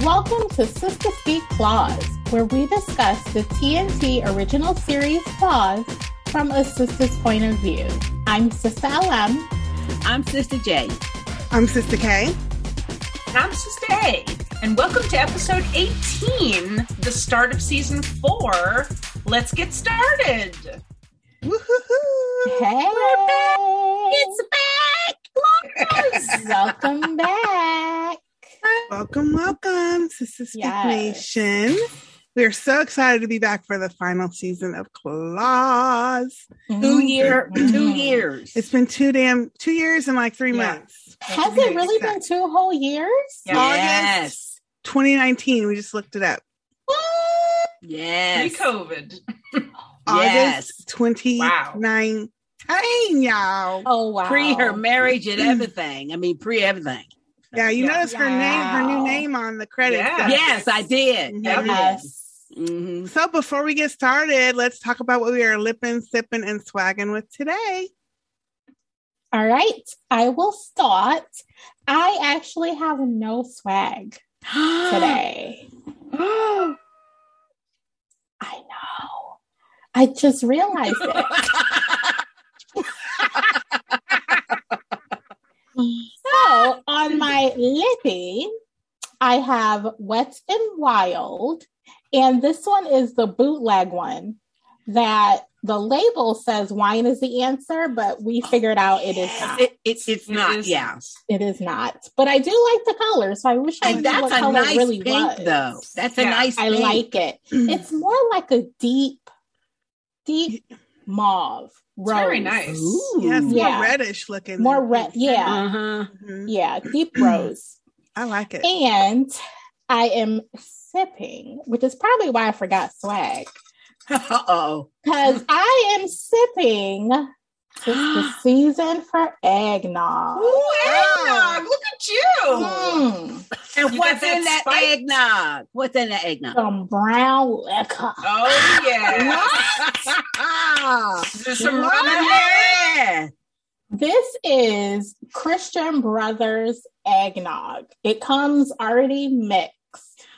Welcome to Sister Speak Claws, where we discuss the TNT original series Claws from a sister's point of view. I'm Sister LM. I'm Sister J. I'm Sister K. And I'm Sister A. And welcome to episode 18, the start of season four. Let's get started. Woohoo! Hey! It's back! Claws! Welcome back. Welcome, welcome, Sister Speak Yes. Nation. We are so excited to be back for the final season of Claws. Two year, Mhm. Mm-hmm. two years. It's been two damn two years and like three Yeah. months. Has it really been two whole years? Yeah. yes, 2019. We just looked it up. yes. Pre COVID. Yes. August 2019, y'all. Oh wow. Pre her marriage and Mm-hmm. everything. I mean, pre everything. Yeah, you Yeah. notice her name, her Wow. new name on the credits. Yeah. guys. Yes, I did. Yep. Yes. hmm So before we get started, let's talk about what we are lipping, sipping, and swagging with today. All right. I will start. I actually have no swag today. I know. I just realized it. So on my lippy, I have Wet and Wild, and this one is the bootleg one that the label says wine is the answer, but we figured out it is not. It, it, it's not. is- yeah. It is not. But I do like the color, so I wish I And knew that's what a color nice it really pink, was. though. That's a Yeah, nice I pink. like it. It's more like a deep, deep mauve. It's Rose. very nice. Ooh. Yeah, it's Yeah. more reddish looking. More than red. pink. Yeah. Uh-huh. Mhm. Yeah. Deep Mm-hmm. rose. I like it. And I am sipping, which is probably why I forgot swag, Uh-oh. because I am sipping it's the season for eggnog. Ooh, eggnog! Look at you! Mm, And You what's got in that that spike? eggnog? What's in that eggnog? some brown liquor. Oh, yeah. What? Is there some What? rum in there? Yeah. This is Christian Brothers eggnog. It comes already mixed.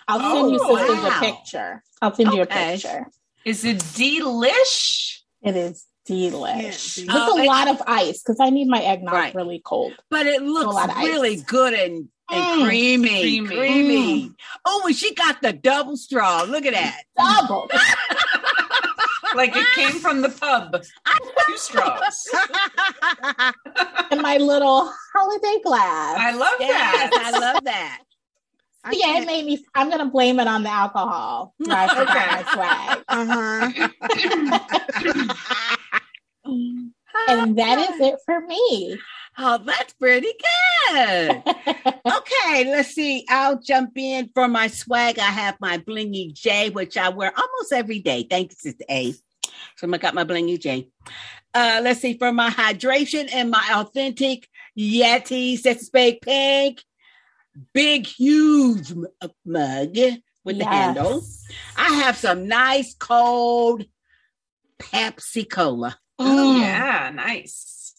I'll send you Oh, sisters wow. a picture. I'll send you a Okay. picture. Is it delish? It is delish. Yeah, With see. Oh, a it- lot of ice because I need my eggnog Right. really cold. But it looks lot of ice. really good and, and Mm. creamy, creamy. Creamy. Oh, and she got the double straw. Look at that. Double. like it came from the pub. Two straws. in my little holiday I glass. love Yes, that. I love that. I yeah, it can't- made me. I'm gonna blame it on the alcohol. where I forgot Okay. my swag. uh-huh. And that is it for me. Oh, that's pretty good. okay, let's see. I'll jump in for my swag. I have my blingy J, which I wear almost every day. Thank you, Sister A. So I got my blingy J. Uh, let's see. For my hydration and my authentic Yeti Sexy Spade Pink, big, huge m- uh, mug with the Yes. handle. I have some nice cold Pepsi Cola. Oh, Mm. yeah, nice.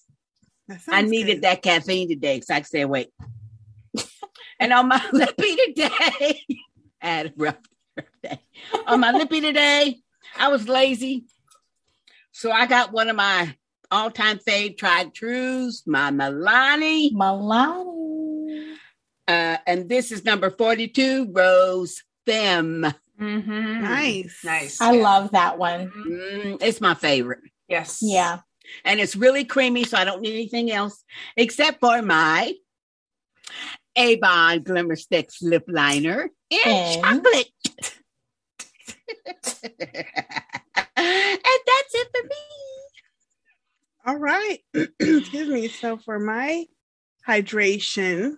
That I sounds needed good. that caffeine today so I could stay awake. and on my lippy today, I had a rough day. On my lippy today, I was lazy. So I got one of my all time fave tried trues, my Milani. Milani. Uh, and this is number 42, Rose Femme. Mm-hmm. Nice. Nice. I yeah. love that one. Mhm. Mm, it's my favorite. Yes. Yeah. and it's really creamy, so I don't need anything else except for my Avon Glimmer Sticks lip liner and And- chocolate. and that's it for me. All right. Excuse me. So for my hydration,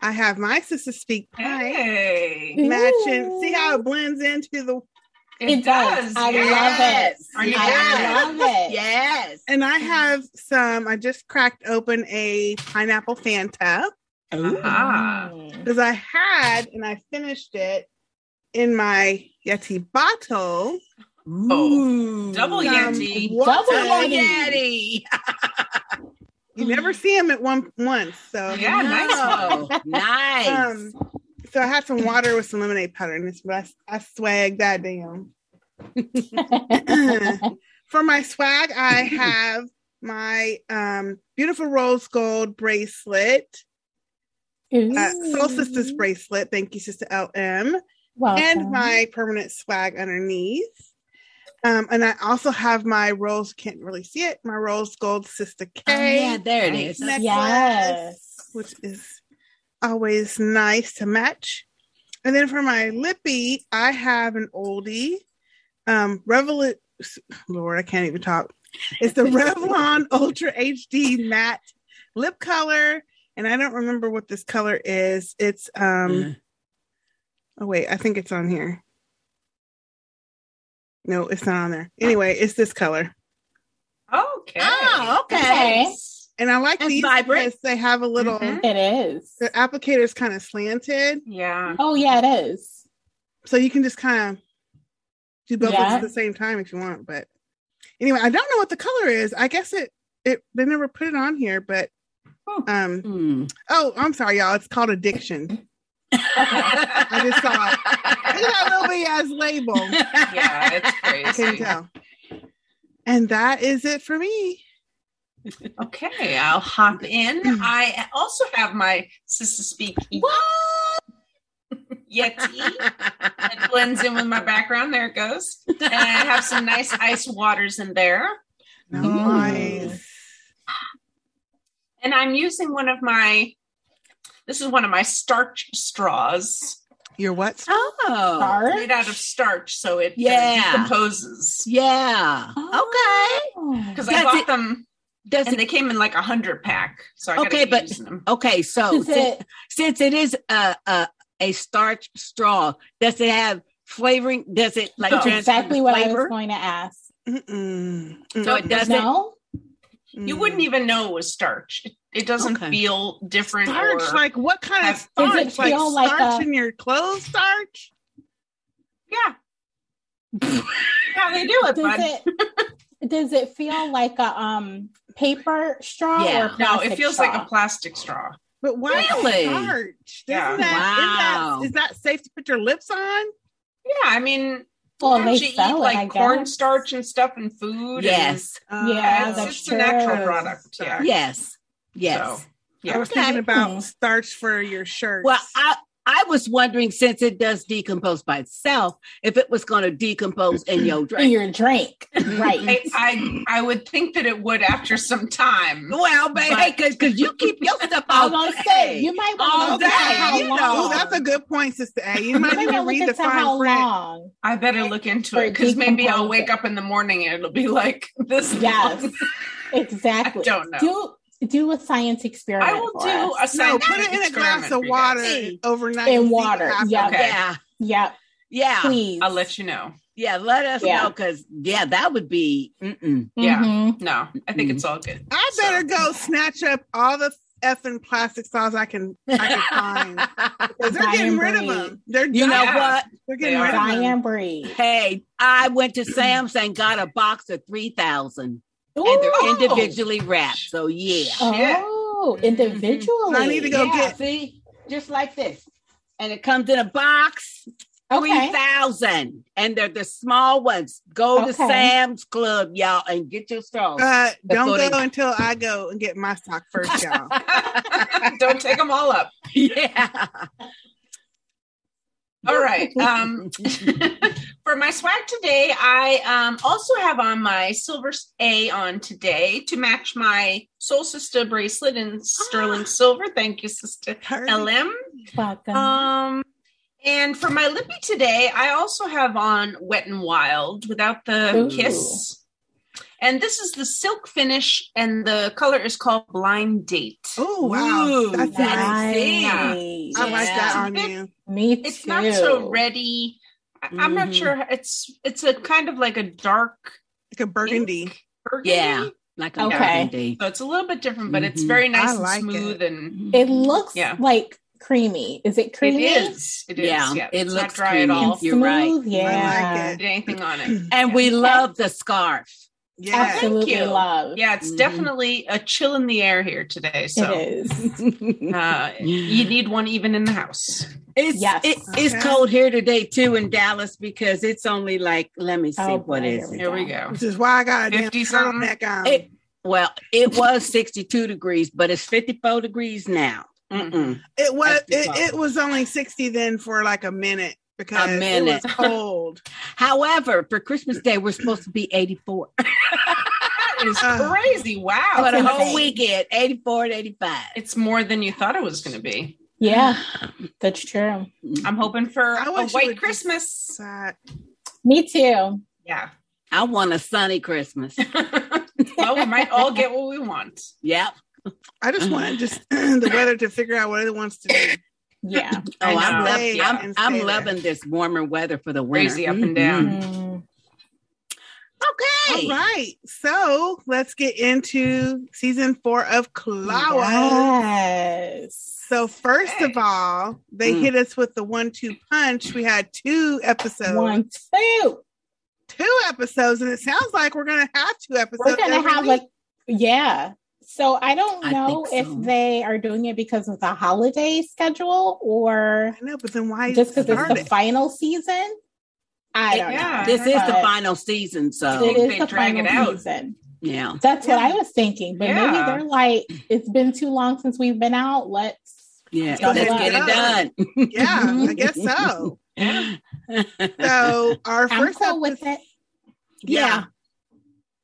I have my Sister Speak Pie Hey. matching. Ooh. See how it blends into the It, It does. does. I yeah. love it. Are you I Yeah. love it. Yes. and Mm. I have some. I just cracked open a pineapple Fanta Ooh. Ah. Mm. because I had and I finished it in my Yeti bottle. Ooh. Oh, double Double Some Yeti. water. Double Yeti. Yeti. You never see them at one once. So Yeah, nice Oh, nice. nice. Um, So I had some water with some lemonade powder in this, but I, I swag that down. For my swag, I have my um, beautiful rose gold bracelet, Mm. uh, Soul Sisters bracelet. Thank you, Sister LM. Welcome. and my permanent swag underneath. Um, and I also have my rose, can't really see it, my rose gold sister K, Oh, yeah, there it is. Nice. yes. which is always nice to match. And then for my lippy, I have an oldie, um, Revol- Lord, I can't even talk. It's the Revlon Ultra HD matte lip color. And I don't remember what this color is. It's, um, Mm. Oh wait, I think it's on here. No, it's not on there. Anyway, it's this color, Okay. Oh, okay. Okay. and I like That's these vibrant. Mm-hmm. because they have a little. Mhm. It is. The applicator's kind of slanted, Yeah. Oh yeah, it is. so you can just kind of do both Yeah. at the same time if you want. But anyway, I don't know what the color is. I guess it it they never put it on here, but Hmm. um Mm. oh I'm sorry y'all, it's called addiction. I just saw Look at that little ass label. Yeah, it's I can crazy. tell. And that is it for me. Okay, I'll hop in. I also have my Sister Speak Yeti. It blends in with my background. There it goes. And I have some nice ice waters in there. Nice. And I'm using one of my, this is one of my starch straws Your what? Oh, Star? made out of starch. So it uh, Yeah. decomposes. yeah. Okay. Oh. Because Does I bought it- them Does and it, they came in like a hundred pack. So I got to Okay, keep but- using them. okay, so Oh, Is since, it since it is a, a a starch straw, does it have flavoring? Does it like No. transfer exactly the what I was flavor? going to ask? Mm-mm. So it Mm-mm. does it. no. You wouldn't even know it was starch. It, it doesn't Okay. feel different. starch. or, Like what kind of Does it starch? like feel like starch a- in your clothes? Starch? yeah. yeah, they do it, bud. Does it does it feel like a um paper straw Yeah. or a no, No, plastic it feels straw? like a plastic straw. But why Really? starch? Yeah. Doesn't that, is Wow. that is that safe to put your lips on? Yeah, I mean, well, don't they you eat sell it, I like guess. cornstarch and stuff in food? Yes, Uh, Yeah, it's- that's it's true. a natural product. Yeah. yes, yes. So, yeah. I was Okay. thinking about Hmm. starch for your shirt. Well, I I was wondering since it does decompose by itself, if it was going to decompose in your in drink. your drink, right? I, I I would think that it would after some time. well, baby, because you keep your stuff I all was gonna say day. you might All want to look day, at how you long. know. oh, that's a good point, Sister A. You you might might need to want to read look the at how fine print. long. I better look into For it because maybe I'll decomposing. wake up in the morning and it'll be like this. Yes, long. exactly. I don't know. Do do a science experiment. I will for do us. a No, scientific put it in a glass experiment for of you water guys. guys. overnight. In and see what water, happens. yeah. Okay. Yeah, Yep. yeah, Please. I'll let you know. yeah. Let us Yeah. know because yeah, that would be. Mm-mm. Yeah. Mhm. No, I think Mm. it's all good. I So- better go snatch up all the effing plastic straws I can I can find. Because they're Diane getting rid of Brady. them. They're you know Yeah. what? They're getting They rid of them. Diane Bree. Hey, I went to Sam's and got a box of three thousand, Ooh. and they're Ooh. individually wrapped. So yeah, Oh, individually. Mm-hmm. I need to go Yeah, get- see, just like this, and it comes in a box. Three Okay. thousand, and they're the small ones. Go to Okay. Sam's Club, y'all, and get your straws. Uh, don't Before they- go until I go and get my stock first, y'all. Don't take them all up. yeah, All right. Um, for my swag today, I um, also have on my silver A on today to match my Soul Sister bracelet in sterling silver. Thank you, Sister LM. Welcome. Um, and for my lippy today, I also have on Wet and Wild without the Ooh. kiss. And this is the silk finish, and the color is called Blind Date. Oh wow, Ooh, that's nice. nice. Nice. I like that on It's a bit- you. Me too. it's not so ready. I, I'm not Mhm. sure. It's it's a kind of like a dark Like a burgundy. pink burgundy. Yeah. like a Okay. okay. So it's a little bit different, but it's Mhm. very nice I and like smooth and It looks Yeah. like creamy. Is it it creamy? is. It is. Yeah, Yeah. it it's looks not dry creamy. at And all. You're right. smooth? I Yeah. like Did anything on it. and we Okay. love the scarf. Yeah. Thank absolutely you. love. Yeah, it's Mhm. definitely a chill in the air here today. So It is. uh, you need one even in the house. It's Yes. Mm-hmm. it, it's Okay. cold here today too in Dallas because it's only like let me see Oh, what boy, is here it. Here we go. Which is why I got a damn 50 something? turtleneck on. It- Well, it was 62 degrees, but it's 54 degrees now. Mm-mm. It was That's the problem. it, it was only sixty then for like a minute because minute. it was cold. However, for Christmas Day we're supposed to be 84 That is Uh, crazy. Wow. for the whole insane. weekend, 84 and 85. It's more than you thought it was going to be. Yeah, that's true. I'm hoping for I a wish it white would be- Christmas. Sad. Me too. Yeah. I want a sunny Christmas. well, we might all get what we want. Yep. I just Mm. want just the weather to figure out what it wants to do. Yeah. Oh, I I'm know. loving Yeah. I'm, And stay I'm there. loving this warmer weather for the winter. Crazy up and Mhm. down. Mm. Okay. Mm-hmm. All right, so let's get into season four of Clower. Yes. So first Okay. of all, they Mm. hit us with the one-two punch. We had two episodes, One, two. two episodes, and it sounds like we're gonna have two episodes. We're gonna every have week. like yeah. So I don't I know think so. if they are doing it because of the holiday schedule or I know, but then why just because it's start the it? final season. I It- don't yeah. know. This is the But final season, It so think is they the drag it final out. season. yeah. That's Yeah. what I was thinking. But maybe Yeah. they're like, it's been too long since we've been out. Let's Yeah. Go Let's ahead get it and done. Yeah, I guess so. Yeah. So our I'm first cool with episode- it. yeah.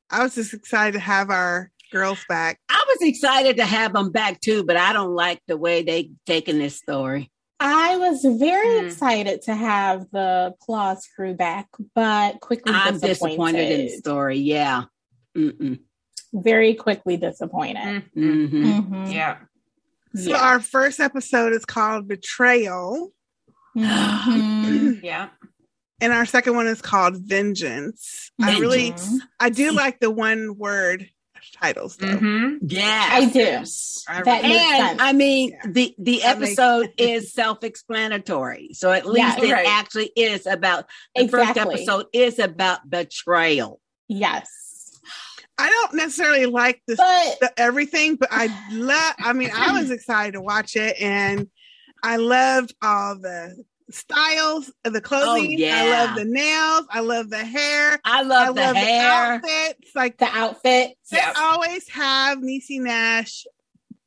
I was just excited to have our girls back. I was excited to have them back too, but I don't like the way they taking this story. I was very Hmm. excited to have the Claws crew back, but quickly I'm disappointed. disappointed in the story. Yeah. Mm-mm. Very quickly disappointed. Mm-hmm. Mhm. hmm Mhm. Yeah. So Yeah. our first episode is called Betrayal, Mhm. Yeah. and our second one is called Vengeance. I really, Mhm. I do like the one word titles though. Mm-hmm. Yeah. I do. I That really- makes And sense. I mean, Yeah. the, the That makes- episode is self explanatory. So at least Yes. it Right. actually is about the first Exactly. episode is about betrayal. Yes. I don't necessarily like this But the, everything, but I love. I mean, I was excited to watch it, and I loved all the styles of the clothing. Oh, yeah. I love the nails. I love the hair. I love I the love Oh, hair. the outfits. Like the outfit, they Yep. always have Niecy Nash.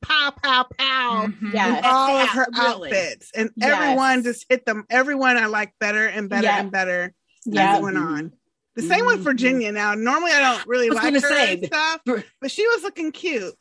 Pow pow Mm-hmm. pow. Mhm. Yeah. in all of Yeah, her really. outfits, and Yes. everyone just hit them. Everyone I like better and better Yeah. and better as yeah, it went on. The same with Mhm. Virginia. Now, normally I don't really Mm-hmm. I was like her gonna say, and stuff, Vir- but she was looking cute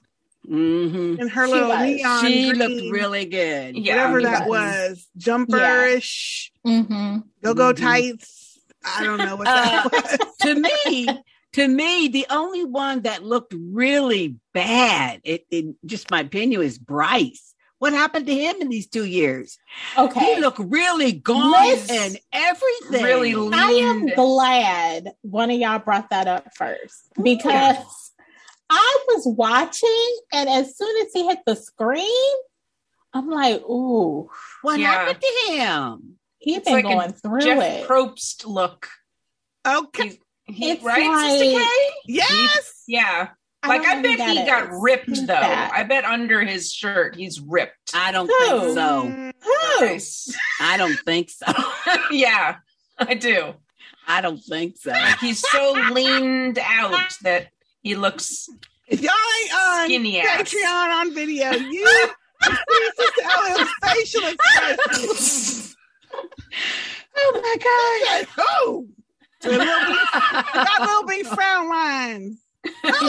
hmm in her She little was. neon She green, looked really good. Yeah. whatever she that was. was, jumperish, hmm go-go Mhm. tights. I don't know what Uh, that was. to me, to me, the only one that looked really bad, it, it just my opinion is Bryce. What happened to him in these two years? okay. He looked really gone Let's- and everything. Really I am leaned. glad one of y'all brought that up first because I was watching, and as soon as he hit the screen, I'm like, ooh, What Yeah. happened to him? he's It's been like a going through Jeff it. Probst look. Okay, He's, he, It's right, Sister like- Kay? yes, Yeah. I Like, don't I know who bet that he is. got ripped, Who's though. that? I bet under his shirt, he's ripped. I don't Who? think so. Mm, Who? Nice. I don't think so. yeah, I do. I don't think so. Like, he's so leaned out that he looks if y'all ain't on Skinny ass. Patreon on video, you see Sister Ellen's facial expression. Oh Like, oh, With a little bit- that little big frown line.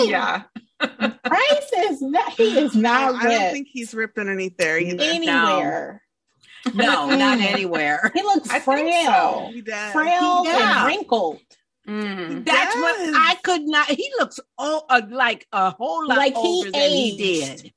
yeah. Bryce is not, he is not No, ripped I don't think he's ripped underneath there either. anywhere. No, not anywhere. He looks I think frail, He does. frail Yeah. and wrinkled. Mm. Yes. That's what I could not. He looks all uh, like a whole lot Like he older than he aged. did.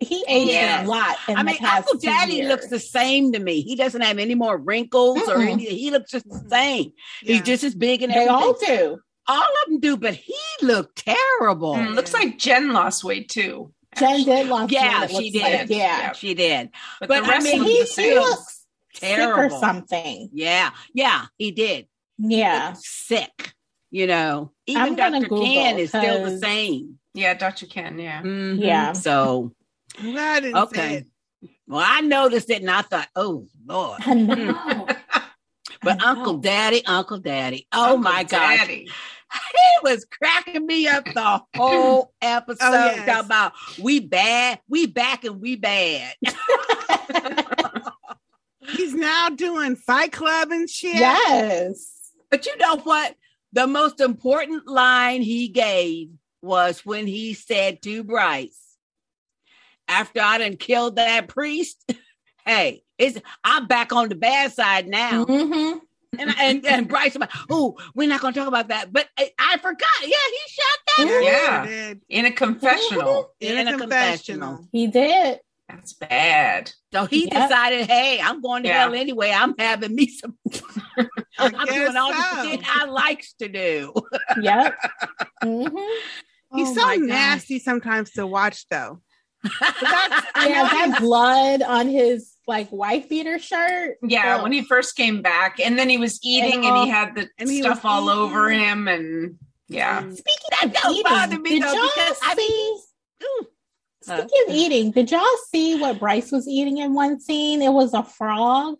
He aged Yes. a lot in I the mean, past Uncle two Daddy years. looks the same to me. He doesn't have any more wrinkles or Mm-mm. anything. He looks just the same. Yeah. He's just as big and They everything. all All, do. of them do, but he looked terrible. Mm, Looks like Jen lost weight, too. Jen did lost Yeah, weight, it she looks like. did. Yeah, She did. But, But the I rest mean, of he, the he same. looks sick or Terrible. something. Yeah, yeah, he did. Yeah, Sick. You know, even I'm gonna Dr. Ken Google, is still the 'cause- same. Yeah, Dr. Ken. Yeah. Mhm. Yeah. So I'm glad I didn't say okay. it. Well, I noticed it and I thought, oh Lord. I Hmm. know. But I know. Uncle Daddy, Uncle Daddy. Oh Uncle my God. Daddy. he was cracking me up the whole episode Oh, yes. talking about we bad, we back and we bad. He's now doing Fight Club and shit. Yes. But you know what? The most important line he gave was when he said to Bryce, after I done killed that priest, hey, it's I'm back on the bad side Mm-hmm. now. Mhm. And, and and Bryce, was like, oh, we're not gonna talk about that. But I, I forgot. Yeah, he shot that. Yeah. he Yeah. sure did. In a confessional. In, a, confessional. He did. That's bad. So he Yep. decided, hey, I'm going to Yeah. hell anyway. I'm having me some. I I'm doing guess all so. the shit I likes to do. Yep. Mhm. He's Oh, so my God. nasty sometimes to watch, though. I Yeah, know that he's- blood on his like wife beater shirt. Yeah, Oh. when he first came back, and then he was eating, and, all- he had the and he was stuff all over eating. him, and yeah, Speaking That of don't eating, bother me, did though, y'all because I- see? Ooh. Huh? Speaking of eating, did y'all see what Bryce was eating in one scene? It was a frog.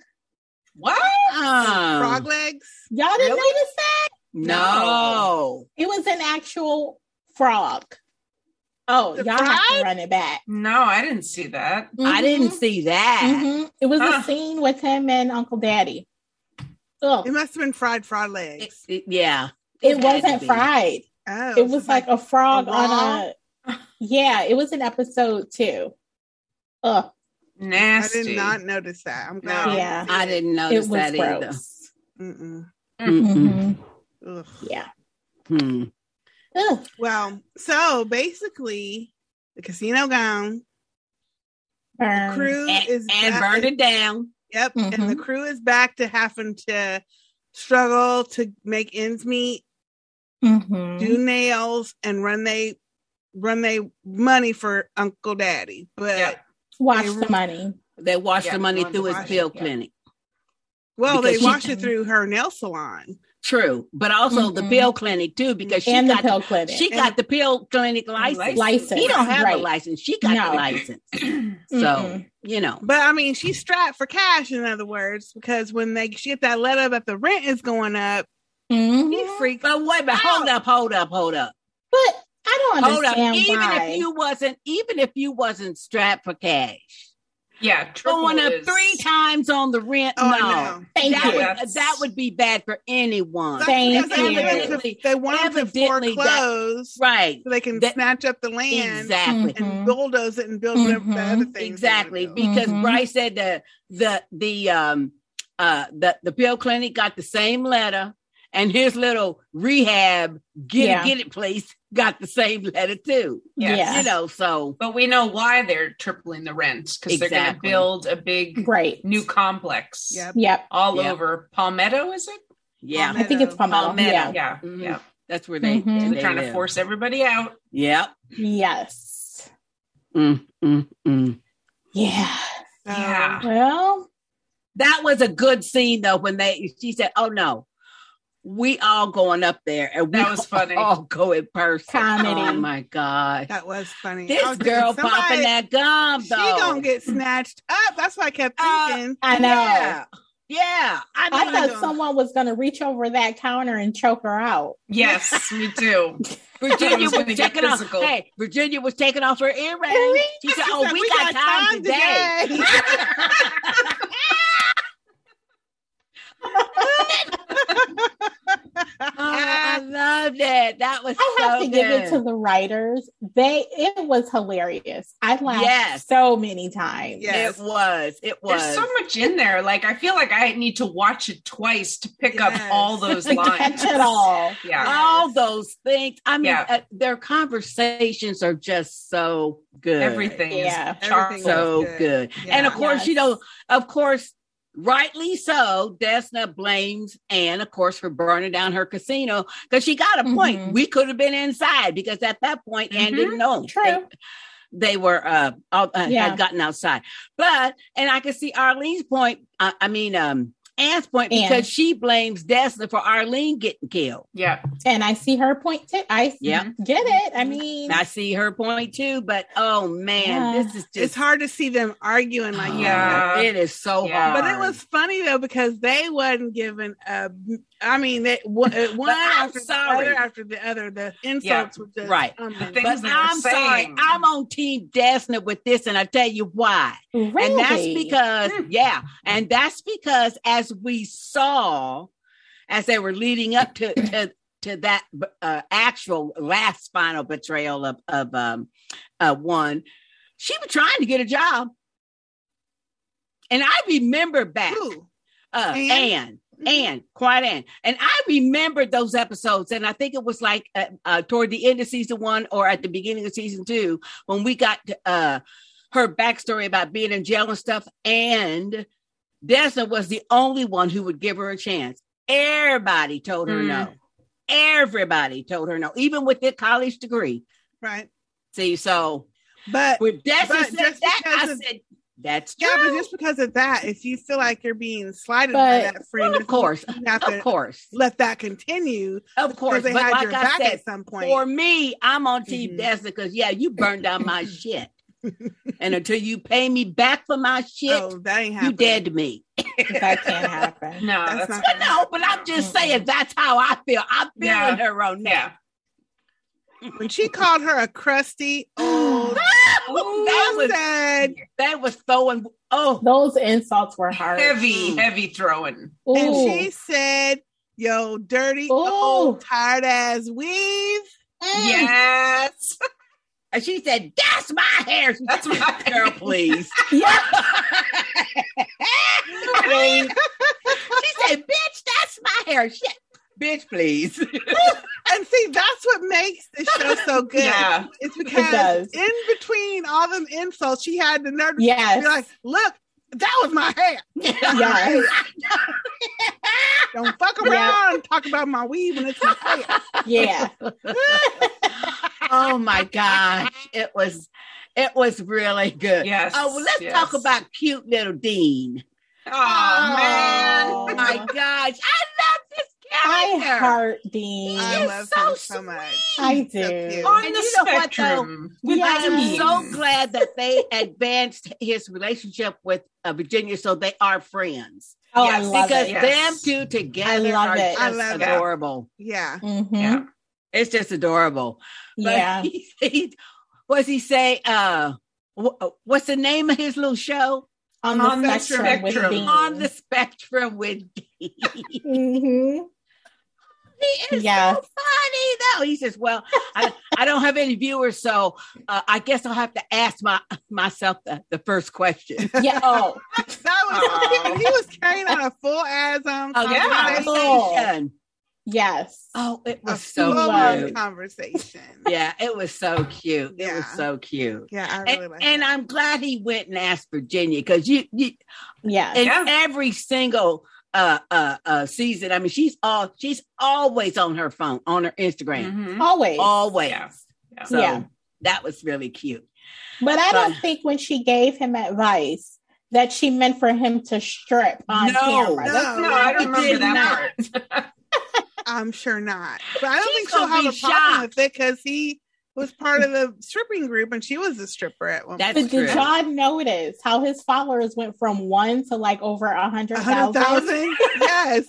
what? Um, Frog legs. Y'all didn't Really? notice that? no. It was an actual frog. Oh, The y'all have frog? to run it back. No, I didn't see that. I didn't Mm-hmm. see that. Mhm. It was Huh. a scene with him and Uncle Daddy. Ugh, It must have been fried frog It- legs. it- yeah. it had to wasn't be. fried. oh, It was like a frog a on a. Yeah, it was an episode two. Ugh, I Nasty. did not notice that. I'm glad. No. I yeah, I didn't it notice was that either. Mm-hmm. gross. didn't- Mm-mm. Mm-mm. Mhm. Ugh. Yeah. Hmm. Ugh. Well, so basically, the casino gone. The Burn. crew And, is and back- burned it down. Yep, and the Mhm. crew is back to having to struggle to make ends meet, Mhm. do nails, and run they run they money for Uncle Daddy. But Yeah. Watch They the money. They washed Yeah, the money wanted to through his wash pill it, yeah. clinic. well, Because they she- wash it through her nail salon. True. But also the Mhm. pill clinic too, because she and the got pill clinic. she got the pill clinic license. license. He don't have a Right. license. She got No. Mm-hmm. the license. So, Mm-mm. you know. But I mean, she's strapped for cash. In other words, because when they she get that letter that the rent is going up, she Mhm. freaks. But wait, but hold up, hold up, hold up, But I don't hold up. understand Even why. if you wasn't, even if you wasn't strapped for cash, Yeah, triple going up is- three times on the rent. Oh, no, no. Thank that you. Yeah. would that would be bad for anyone. That's Thank because they you. wanted to- Evidently- They want them to evidently that- foreclose right, so they can that- snatch up the land. exactly. and Mhm. bulldoze it and build whatever the Mhm. other things. Mm-hmm. Exactly, they wanna build. because Mhm. Bryce said the the the um uh the the pill clinic got the same letter, and his little rehab get Yeah. it get it place got the same letter too. Yes. Yeah. You know, so But we know why they're tripling the rent because they're going to Exactly. build a big Great. new complex. Yep. Yep. All Yep. over Palmetto, is it? yeah, I think it's Palmetto. Palmetto. Yeah. Yeah, Mhm. yeah. that's where they Mhm. they They're trying to live. force everybody out. Yep. Yes. Mm, mm, mm. Yeah. So, Yeah. Well. That was a good scene though when they she said, "Oh no, we all going up there and we That was funny. all go in person." Comedy. Oh my god, that was funny. this I Oh, was thinking, girl somebody- popping that gum She though. gonna get snatched up. That's what I kept Uh, thinking. I know. Yeah, yeah. I, I know. thought someone was going to reach over that counter and choke her out. Yes, we do. Virginia was was gonna get taking off. physical. Hey, Virginia was taking off her earring. Earring? She said, She "Oh, said, we, got, time, today." Oh, I love that. That was. I have so to give it good. to the writers. They it was hilarious. I laughed Yes. so many times. Yeah. It was. It was. There's so much in there. Like I feel like I need to watch it twice to pick Yes. Uh, up all those To lines. catch it all. Yeah. All those things. I mean, Yeah. uh, their conversations are just so good. Everything Yeah. is Everything is- charcoal. So Good. good. Yeah. And of course, you Yes. know, of course, rightly so, Desna blames Anne, of course, for burning down her casino because she got a point. Mhm. We could have been inside because at that point, Anne Mhm. didn't know. They, True. they were uh, all, uh Yeah. had gotten outside. But and I could see Arlene's point. Uh, I mean, um, Anne's point because Anne. she blames Desna for Arlene getting killed. Yeah. And I see her point too. I Yeah. Mm-hmm. get it. I mean, And I see her point too, but oh man, Yeah. this is just It's hard to see them arguing like oh, that. Yeah. It is so Yeah. hard. But it was funny though because they wasn't given a. I mean, they one, uh, one I'm after sorry. the other after the other. The insults were just Right. coming. The But things they were I'm sorry, saying. I'm on Team Desna with this, and I tell you why. really. And that's because, Hmm. yeah, and that's because as we saw, as they were leading up to to, to that uh, actual last final betrayal of of um, uh, one, she was trying to get a job, and I remember back Ooh. uh, Anne, Anne? Anne, quiet Anne. And I remembered those episodes. And I think it was like uh, uh, toward the end of season one or at the beginning of season two when we got to, uh, her backstory about being in jail and stuff. And Desna was the only one who would give her a chance. Everybody told her Mm. no. Mm. Everybody told her no, even with their college degree. Right. See, so But with Desna But said just that, I because of- said, that's true. yeah, but just because of that, if you feel like you're being slighted by But- that Well, friend, of course, you have of to course, let that continue of course. because But they had like your I back said, at some point. For me, I'm on Team Mhm. Desna because yeah, you burned down my shit, and until you pay me back for my shit, oh, that ain't you happening. dead to me. that can't happen. No, That's that's, not. not No, but I'm just saying that's how I feel. I'm feeling Yeah. her on Yeah. that. When she called her a crusty old. that was said, that was throwing. Oh, Those insults were hard. Heavy, Mm. heavy throwing. Ooh. and she said, "Yo, dirty Ooh. old tired ass weave." Mm. Yes. and she said, "That's my hair." She That's my said, girl, please. yeah. she said, "Bitch, that's my hair." Shit, bitch, please. And see, that's what makes the show so good. Yeah. It's It because does. in between all them insults, she had the nerve to Yes. be like, "Look, that was my hair. Yes. Don't fuck around and talk about my weave when it's my hair." yeah. oh my gosh, it was it was really good. Yes. Oh, well, let's yes. talk about cute little Dean. Oh, man. Aw. Oh my gosh, I love this I character. heart Dean. I is love so Oh, him so much. I So do. cute. On And the you know what, though? spectrum. With- I Yes. am so glad that they advanced his relationship with uh, Virginia, so they are friends. Oh, I Yes, love because it. yeah. them Yes. two together I love are it. just I love it. adorable. Yeah. Mhm. Yeah. It's just adorable. But Yeah. he, he, what's he say? Uh, wh- what's the name of his little show? On, the On the spectrum, with spectrum. Dean. on the spectrum with Dee. Mhm. he is Yes. so funny though. He says, "Well, I, I don't have any viewers, so uh, I guess I'll have to ask my myself the, the first question." Yeah. Oh. That was Aw. he was carrying on a full ass um A yeah. conversation. conversation. Yes. Oh, it A was so full love. on cute. conversation. Yeah, it was so cute. It was Yeah. so cute. Yeah, I really And, like and I'm glad he went and asked Virginia because you, you Yes. in Yeah. every single uh, uh uh season. I mean, she's all she's always on her phone, on her Instagram, Mhm. Always. always. Yeah. Yeah. So Yeah. that was really cute. But I don't But- think when she gave him advice that she meant for him to strip on No, camera. That's- no. No, I Oh, It don't remember did that not. part. I'm sure not. But I don't She's think she'll gonna have a be problem shocked. with it because he was part of the stripping group and she was a stripper at one That's But true. did y'all notice how his followers went from one to like over a hundred hundred thousand? thousand. yes.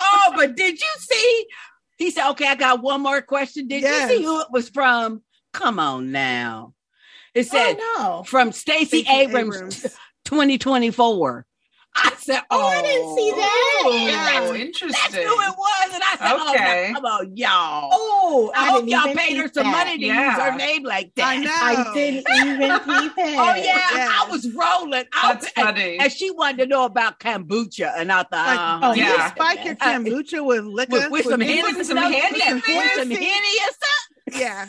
oh, but did you see? He said, "Okay, I got one more question. Did Yes. you see who it was from? Come on now." It said Oh from Stacey Stacey Abrams, 2024. I said, no! "Oh, Oh, I didn't see Oh, that. That's- interesting. that's who it was." And I said, "Oh, Okay. now, come on, y'all." Oh, I, hope didn't y'all even paid peep her some that. money to use Yeah. her name like that. I know. I didn't even peep it. Oh yeah, Yes. I was rolling. I That's was, and, funny. and she wanted to know about kombucha, and I thought, Like, oh, oh, yeah. yeah, Spike your Uh, kombucha with liquor. with, with some with Hennessy, some no, Henny with some, in with some there. Henny or something. Yeah.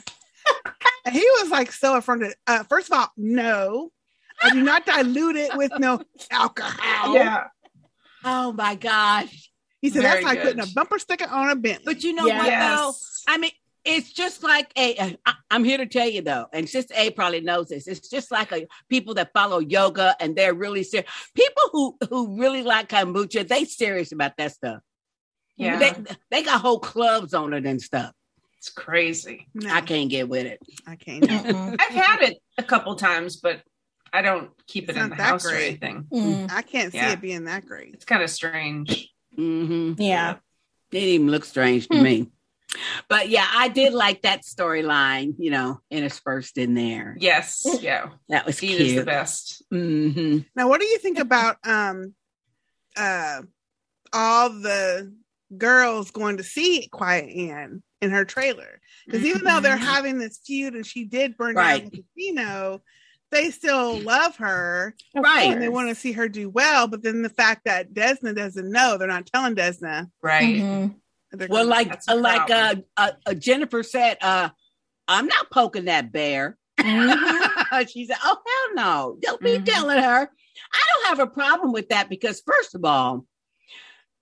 and he was like so affronted. Uh, first of all, no, I do not dilute it with no alcohol. yeah. Oh my gosh! He said Very that's like good. putting a bumper sticker on a Bentley. But you know Yeah. what though? Yes. I mean, it's just like a. I, I'm here to tell you though, and Sister A probably knows this. It's just like a people that follow yoga and they're really serious. People who who really like kombucha, they serious about that stuff. Yeah, They they got whole clubs on it and stuff. it's crazy. No, I can't get with it. I can't. Mm-mm. I've had it a couple times, but I don't keep it It's in not the that house or great. anything. Mm. I can't see Yeah. it being that great. It's kind of strange. Mm-hmm. Yeah. It didn't even look strange to Hmm. me. But yeah, I did like that storyline, you know, interspersed in there. Yes, yeah. That was Deed is the cute. best. hmm Now, what do you think about um, uh, all the girls going to see Quiet Anne in her trailer? Because Mm-hmm. even though they're having this feud and she did burn down Right. the casino, they still love her Of Right. course. and they want to see her do well. But then the fact that Desna doesn't know, they're not telling Desna. right. Mhm. that they're Well, gonna- like That's a uh, like uh, problem. uh, uh, Jennifer said, uh, I'm not poking that bear. Mhm. Mm-hmm. she said, "Oh hell no! Don't be Mhm. telling her." I don't have a problem with that because, first of all,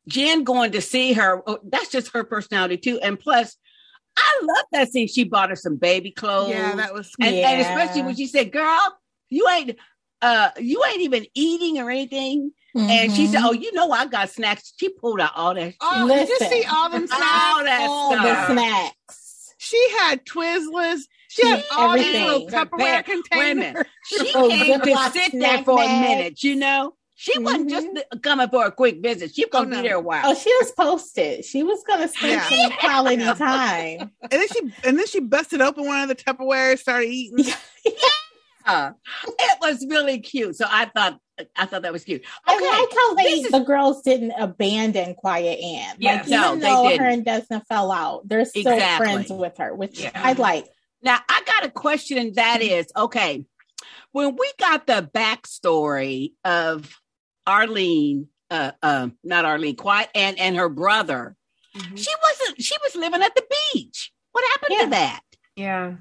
Jen going to see her—that's just her personality too. And plus, I love that scene. She bought her some baby clothes, yeah, that was and, and especially Yeah. when she said, "Girl, you ain't." Uh, you ain't even eating or anything, and she said, Mm-hmm. Mhm. "Oh, you know I got snacks." She pulled out all that. Oh, did you Listen. see all them snacks? All that All stuff. the yeah. snacks. She had Twizzlers. She had all these little Everything. Tupperware Wait a containers. minute. She Oh, came to Ziploc sit there snack for a bag. minute, you know. She wasn't just coming for a quick visit. She was Oh, gonna no. be there a while. Mm-hmm. Oh, she was posted. She was going to spend Yeah. some quality Yeah. time. And then she and then she busted open one of the Tupperware, started eating. Uh, it was really cute. So I thought I thought that was cute. I Okay. like how they, this is- the girls didn't abandon Quiet Anne. Yeah, like, no, even they though her and didn't. Desna fell out, they're still Exactly. friends with her, which Yeah. I like. Now I got a question, and that Mm-hmm. is okay. When we got the backstory of Arlene, uh, uh, not Arlene, Quiet and and her brother, she wasn't. She was living at the beach. What happened Yeah. to that? Yeah.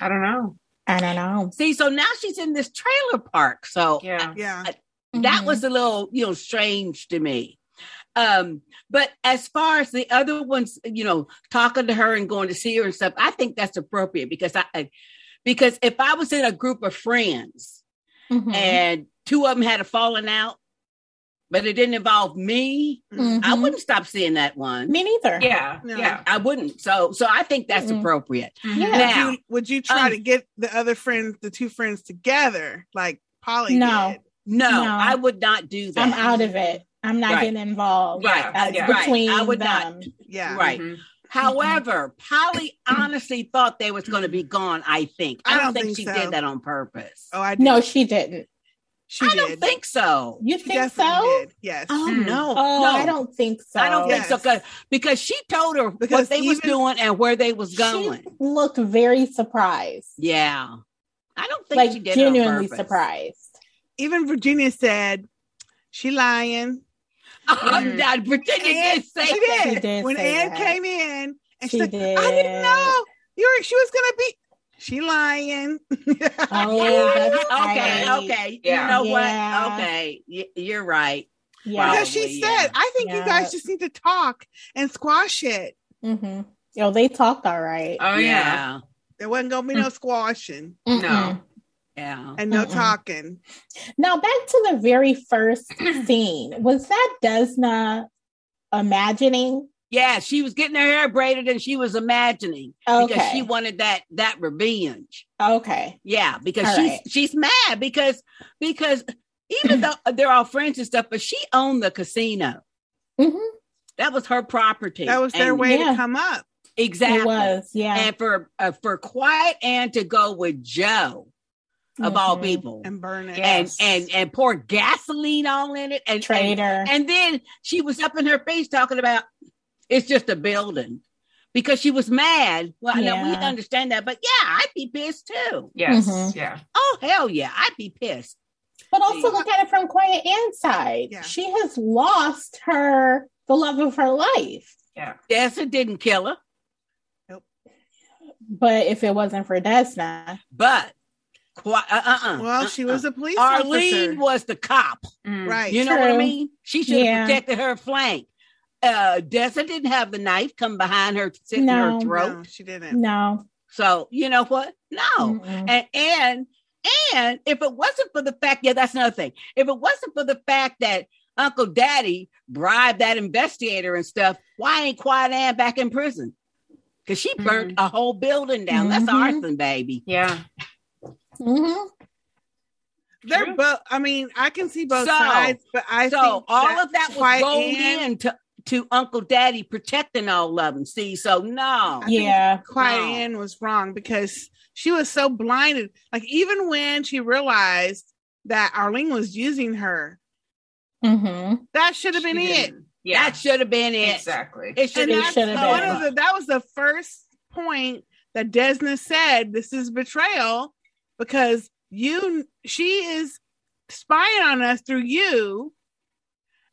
I don't know. I don't know. See, so now she's in this trailer park. So Yeah. Yeah. that Mhm. was a little you know strange to me um but as far as the other ones you know talking to her and going to see her and stuff i think that's appropriate because i, I because if i was in a group of friends Mhm. and two of them had a falling out but it didn't involve me Mm-hmm. Mhm. i wouldn't stop seeing that one Me neither. Yeah. No. Yeah. i wouldn't so so i think that's Mm-mm. appropriate Mm-hmm. Mm-hmm. Yeah. Would now you, would you try Um, to get the other friends, the two friends together, like Polly? No. did? no, No. i would not do that I'm out of it. I'm not Right. getting involved. right Yeah, That's yeah. right between i would not them. Yeah. Right. Mhm. However, Polly honestly thought they was going to be gone. I think. I, don't, think, she so. did that on purpose. Oh, I did. No, she didn't. she I did. don't think so. You she think definitely so? did. Yes. Oh Mm. no, Oh, no, I don't think so. I don't think so Yes. because because she told her Because what they was even- doing and where they was going. She looked very surprised. yeah, I don't think Like she did it on genuinely purpose. surprised. Even Virginia said she lying. I'm not- Virginia did say she that. did. She did when say Anne that. came in and she, She said, I didn't did. know you were, she was gonna be she lying. Oh, that's okay, right. okay. Yeah. You know Yeah. what? Okay, y- you're right. Yeah. Because she Probably, said, yeah. I think you guys Yeah. just need to talk and squash it. Mm-hmm. Yo, they talked all right. Uh, Oh, yeah. There wasn't gonna be no squashing Mm-mm. no. yeah, and no Mm. Mm-mm. talking. Now back to the very first scene. Was that Desna imagining? yeah. She was getting her hair braided and she was imagining. because Okay. she wanted that that revenge. okay. Yeah, because All she's right. she's mad because because even though they're all friends and stuff, but she owned the casino. hmm That was her property. That was their And- way to Yeah. come up. Exactly. It was. Yeah. And for uh, for Quiet and to go with Joe of all Mhm. people, And burn it. Yeah. and Yes. and and pour gasoline all in it, and and, Traitor. and then she was up in her face talking about it's just a building because she was mad. Well, now we Yeah. understand that, but yeah, I'd be pissed too. Yes. Mhm. Yeah. Oh hell yeah, I'd be pissed. But also look at it from Quiet Anne's side. Yeah. She has lost her the love of her life. Desna didn't kill her, But if it wasn't for Desna, but quite, uh, uh, uh, Well, she was a police Arlene officer. was the cop. Mm. Right. You know what I True. mean? She should have Yeah. protected her flank. uh, Desert didn't have the knife come behind her, sit in No. her throat. No, she didn't. No. So you know what? No. Mm-mm. Oh. And and and if it wasn't for the fact, yeah, that's another thing. If it wasn't for the fact that Uncle Daddy bribed that investigator and stuff, why ain't Quiet Ann back in prison? Because she burnt Mm-hmm. a whole building down. That's Mhm. arson, baby. Yeah. Mhm. They're True. both. I mean, I can see both So- sides, but I so think all of that was Quiet rolled Ann- in to, to Uncle Daddy protecting all of them. See, so no. I think- Yeah. Quiet No. Ann was wrong because she was so blinded. Like even when she realized that Arlene was using her, Mm-hmm. that should have been She it. didn't. Yeah. That should have been it. exactly. It should And It that's have should been. have one been. of the that was the first point that Desna said. This is betrayal because you she is spying on us through you,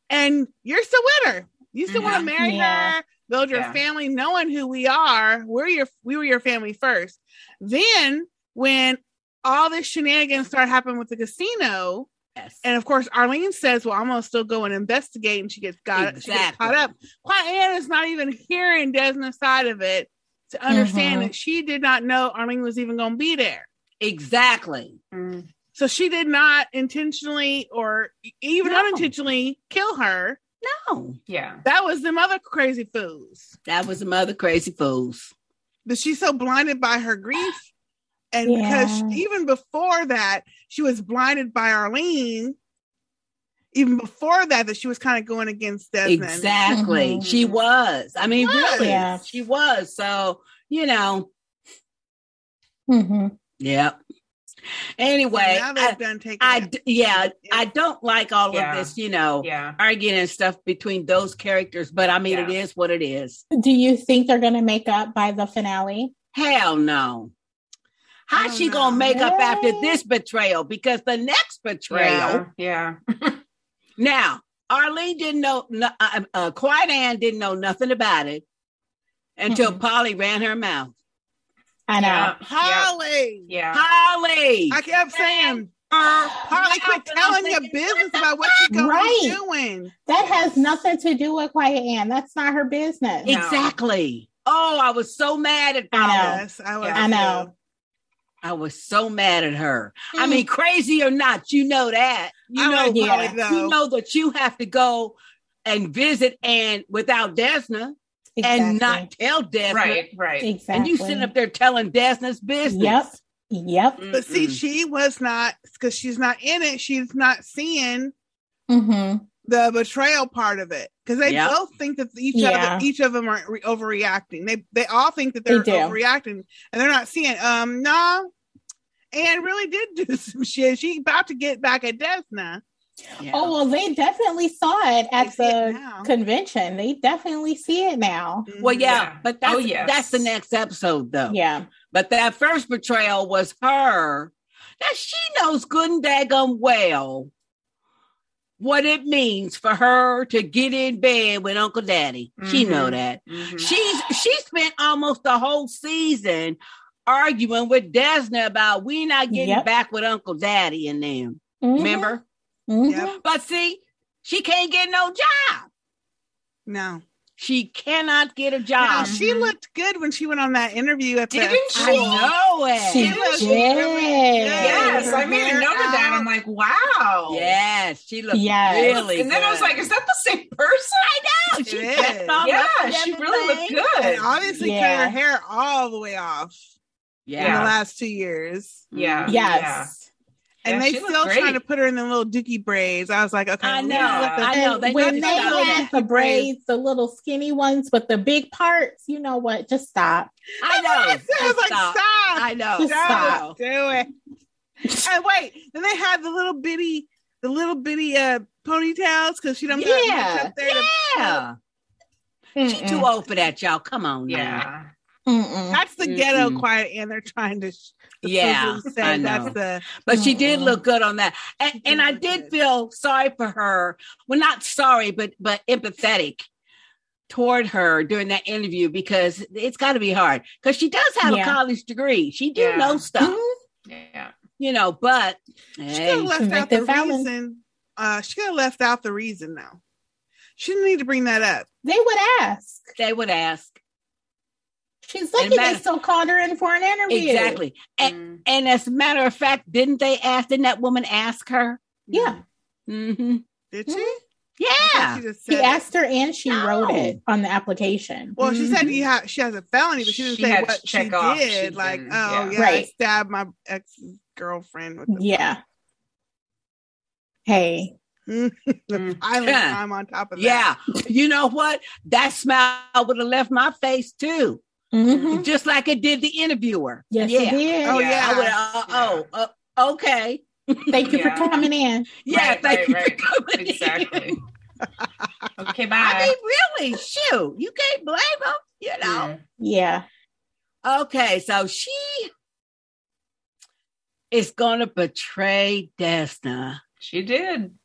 and you're still with her. You still want Mhm. to marry Yeah. her, build your Yeah. family, knowing who we are. We're your we were your family first. Then when all this shenanigans start happening with the casino, Yes. and of course, Arlene says, "Well, I'm gonna still go and investigate," and she gets got she gets Exactly. caught up. Quiet Ann is not even hearing Desna's side of it to understand Mm-hmm. Mhm. that she did not know Arlene was even gonna be there. Exactly. Mm. So she did not intentionally or e- even No. unintentionally kill her. No. Yeah. That was them other crazy fools. That was some other crazy fools. But she's so blinded by her grief. And Yeah. because she- even before that, she was blinded by Arlene. Even before that, that she was kind of going against Desna. and- Exactly. Mm-hmm. Mhm. She was. I mean, was. really, Yeah. she was. So, you know, Mm-hmm. yeah. Anyway, So now they've I, done taking I it. d- yeah, Yeah. I don't like all Yeah. of this, you know, Yeah. arguing and stuff between those characters, but I mean, it Yeah. is what it is. Do you think they're going to make up by the finale? Hell no. I How's don't she gonna know. make up after Yeah. this betrayal? Because the next betrayal, Yeah. Now, Arlene didn't know, no- uh, uh, Quiet Ann didn't know nothing about it until Mm-hmm. Mm-mm. Polly ran her mouth. I know. Yeah. Yeah. Holly. Yeah. Polly! I kept saying, Holly, quit Yeah, Uh, telling but your I'm thinking, business about what you're going Right. doing. That has nothing to do with Quiet Ann. That's not her business. No. Exactly. Oh, I was so mad at I know. Polly. Yes, I was. Yeah. I know. I was so mad at her. I mean, crazy or not, you know that. You I know, like yeah. Holly, though. you know that you have to go and visit and without Desna exactly. and not tell Desna. Right. Right. Exactly. And you sitting up there telling Desna's business. Yep. Yep. Mm. But see, Mm-mm. she was not, because she's not in it, she's not seeing Mm-hmm. the betrayal part of it. Because they Yep. both think that each Yeah. other, each of them are re- overreacting. They they all think that They they're do. overreacting, and they're not seeing. Um, no, Anne really did do some shit. She about to get back at Desna. Yeah. Oh well, they definitely saw it They at see it the now. Mm-hmm. convention. They definitely see it now. Well, yeah, Yeah. but that's Oh, yes. that's the next episode though. Yeah. But that first betrayal was her. That she knows good and daggum well what it means for her to get in bed with Uncle Daddy. She Mhm. know that. Mhm. She's she spent almost the whole season arguing with Desna about we not getting Yep. back with Uncle Daddy and them. Mhm. Remember? Mhm. Yep. But see, she can't get no job. No. She cannot get a Now, job. Mhm. she looked good when she went on that interview at the Didn't I she? know it. She She looked did. really good. Yes, I made a note of that. I'm like, wow. Yes, she looked Yes. really And then I was good. like, is that the same person? oh, she It dressed is. all yeah, up and she really looked everything. good. And obviously Yeah. cut her hair all the way off in the Yeah. last two years. Yeah. Yes. And Yeah, they she looked still great. trying to put her in the little dookie braids. I was like, okay, I we know. need to let the- I know. And They when got they to stop had that. the braids, the little skinny ones with the big parts, you know what? Just stop. I know. I was like, Stop. stop. I know. Just Don't stop. do it. and wait, then they had the little bitty, the little bitty uh ponytails because she don't got much Yeah. up there. to- Yeah. She too old for that, y'all. Come on. now. Yeah. Mm-mm. That's the ghetto Mm-mm. quiet, and they're trying to. sh- the Yeah, Fuzzles I said know. that's the But she did Mm-mm. look good on that. And, did and I look did good. feel sorry for her. Well, not sorry, but but empathetic toward her during that interview because it's got to be hard because she does have Yeah. a college degree. She do Yeah. know stuff, Mhm. Yeah. you know, but She could hey, have left out the convicted felon. reason. Uh, she could have left out the reason though. She didn't need to bring that up. They would ask. They would ask. She's And lucky they matter- still called her in for an interview. Exactly. And, Mm. and as a matter of fact, didn't they ask? Didn't that woman ask her? Yeah. hmm Did she? Mhm. I thought Yeah. She just He said it. asked her and she wrote No. it on the application. Well, she said Mhm. you ha- she has a felony, but she didn't She say had what to check she off she did. like, didn't, oh yeah, yeah. Right. I stabbed my ex girlfriend with the, Yeah. Hey. the Mm. violent Yeah. crime on top of that. Yeah. You know what? That smile would have left my face too, Mhm. just like it did the interviewer. Yes, Mm-hmm. yeah. it did. Oh, Yeah. I yeah. would. Uh, Oh, uh, okay. Thank you Yeah. for coming in. Yeah. Right, thank right, you right. for coming. in. Mm, Exactly. okay, bye. I mean, really, shoot, you can't blame them. You know. Yeah. Okay, so she is going to betray Desna. She did.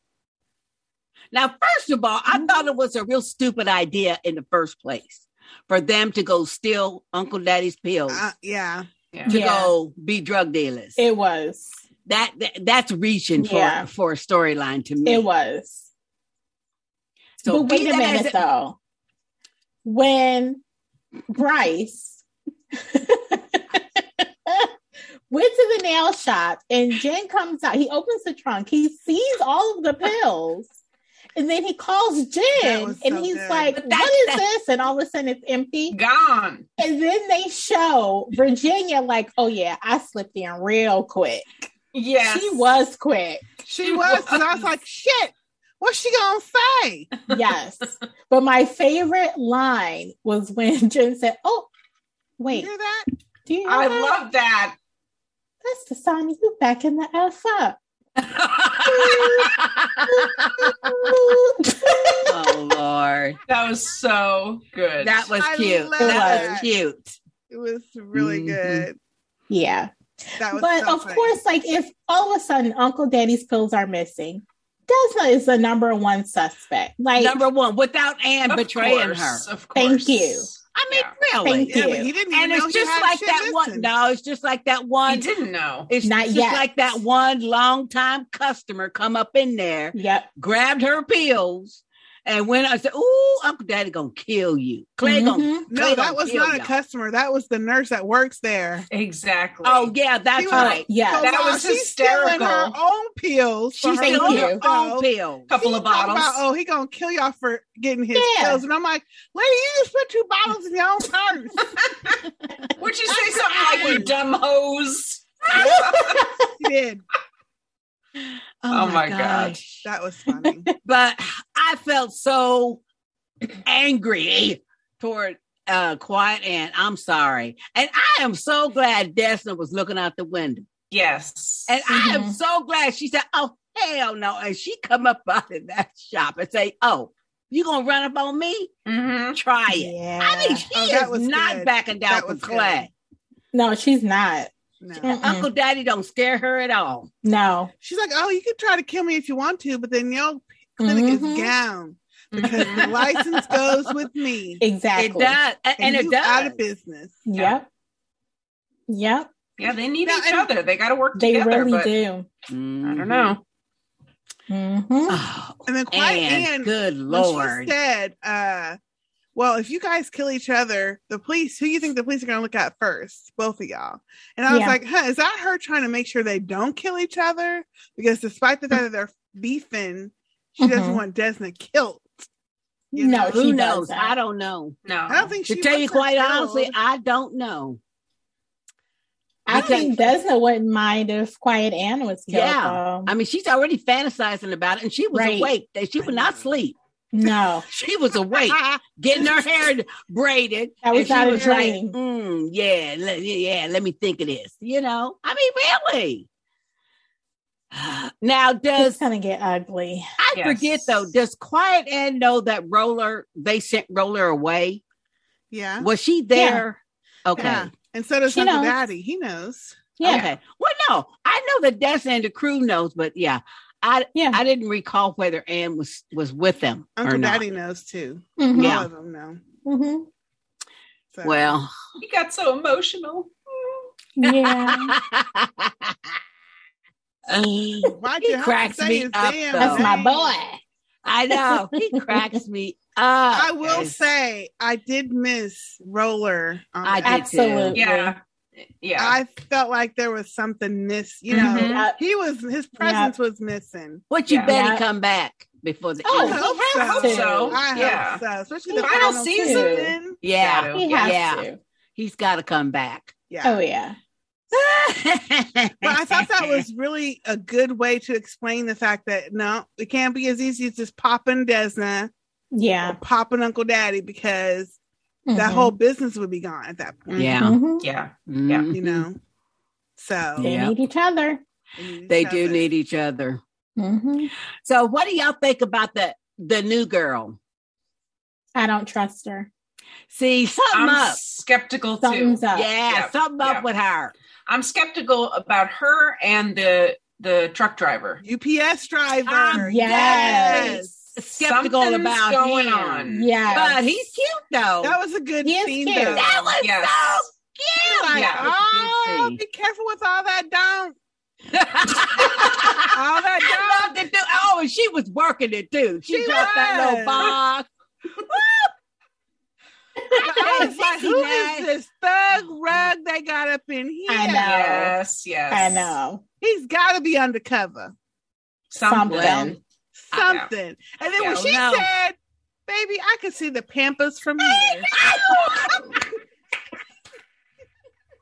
Now, first of all, Mm-hmm. I thought it was a real stupid idea in the first place for them to go steal Uncle Daddy's pills Uh, yeah. Yeah. to Yeah. go be drug dealers. It was. that, that- that's reaching for Yeah. for a storyline to me. It was. So but wait be a that as minute it- though. When Bryce went to the nail shop and Jen comes out, he opens the trunk, he sees all of the pills. And then he calls Jen was and so he's good. like, But that- What is that- this? And all of a sudden it's empty. Gone. And then they show Virginia, like, oh yeah, I slipped in real quick. Yeah. She was quick. She was. 'cause I was like, shit. What's she gonna say? Yes. but my favorite line was when Jen said, Oh, You wait, hear that? do you know I that? love that. that's the sign of you back in the F up. oh Lord, That was so good. that was I cute. love That was that. cute. It was really Mhm. good. yeah. That was But so of funny. course, like if all of a sudden Uncle Daddy's pills are missing, Desna is the number one suspect. Like Number one, without Anne Of betraying her. course, Of course. Thank you. I mean, Yeah. really. Thank Yeah, but you. he didn't and even know it's he just had like shit that one. missing. No, it's just like that He one. didn't know. It's Not just yet. like that one long time customer come up in there, Yep. grabbed her pills, and went. I said, "Ooh, Uncle Daddy gonna kill you, Clay gonna." Mhm. No, Clay that gonna was kill not a y'all." customer. That was the nurse that works there. Exactly. Oh yeah, that's was- Oh, right. yeah. So That while was she's stealing her hysterical. own pills. for She's Thank still you. her own herself. pills. couple He of talking bottles. About, oh, he gonna kill y'all for getting his Yeah. pills, and I'm like, lady, you just put two bottles in your own purse. Would you say something like, you dumb hose? He did. Oh, my God. gosh. That was funny. But I felt so angry toward uh Quiet Ann. I'm sorry, and I am so glad Desna was looking out the window. Yes. And I am Mm-hmm. Mhm. so glad she said, "Oh hell no!" And she come up out of that shop and say, "Oh, you gonna run up on me? Mhm. Try it." yeah. I mean, she Oh, that is was not good. backing down That for was Clay. no, she's not. No. Mm-mm. Uncle Daddy don't scare her at all. No. She's like, oh, you can try to kill me if you want to, but then your clinic Mhm. is down because the Mhm. license goes with me, Exactly. It does, A- and, it you out does. of business. Yep. Yep. yeah, they need Now, each and- other. They got to work They together. really but do. I don't know. Mhm. Oh, And then Quiet and, Ann, good when lord, she said, uh, well, if you guys kill each other, the police, who you think the police are going to look at first? Both of y'all. And I was Yeah. like, huh, is that her trying to make sure they don't kill each other? Because despite the fact that they're beefing, she doesn't Mm-hmm. Mhm. want Desna killed. You No, who she knows? doesn't. I don't know. No. I don't think she to tell you wants her quite honestly, killed. I don't know. I Because- think Desna wouldn't mind if Quiet Ann was killed. Yeah. though. I mean, she's already fantasizing about it, and she was Right. awake. That she would not sleep. no, She was awake, getting her hair braided. That was and she not a like, dream. "Mm, yeah, le- yeah. Let me think of this. You know, I mean, really. Now, it's does gonna get ugly. I Yes. forget though? Does Quiet Ann know that Roller? They sent Roller away. yeah. Was she there? Okay. Yeah. And so does She Uncle knows. Daddy. He knows. Yeah, Okay. Well, no, I know that Destin and the crew knows, but yeah, I yeah. I didn't recall whether Ann was was with them or Uncle not. Mm-hmm. Daddy knows too. Mhm. Yeah. All of them know. Mm-hmm. Mhm. So. Well, He got so emotional. yeah. why Um, He you have to cracks say me his up, damn though. That's my name? boy. I know. He cracks me up. I will guys. say I did miss roller. on I that. did too. Absolutely. Yeah. Yeah. I felt like there was something miss. You know, Mhm. Mm-hmm. Mm-hmm. Yeah. he was his presence was missing. What you Yeah. better Yeah. come back before the Oh, end. he hope has so. to. so. I Yeah. hope so, especially the Final final, season. season. Yeah, Yeah. He has Yeah. to. he's got to come back. Yeah, Oh yeah. but But I thought that was really a good way to explain the fact that no, it can't be as easy as just popping Desna Yeah. or popping Uncle Daddy because that Mhm. whole business would be gone at that point. Yeah. Mhm. yeah. Mhm. You know? So They Yeah. need each other. They do need each other. Mhm. So what do y'all think about the the new girl? I don't trust her. See, something I'm up. skeptical too. Something's up. Yeah, Yeah, something yeah. up with her. I'm skeptical about her and the the truck driver. UPS driver. Ah, Um, yes. Skeptical Something's about going him. on. Yeah. But he's cute though. That was a good He is scene cute. though. That was Yes. so cute. like, yeah, that was a good oh, scene. be careful with all that down. I All that loved it too. Oh, and she was working it too. She, She dropped that little was. box. down. I was like, Sissy who Mac. is this thug rug they got up in here? I know. Yes, yes. I know. He's gotta be undercover. Something. Something. I know. Something. And then Yeah, when she no. said, Baby, I could see the pampas from here.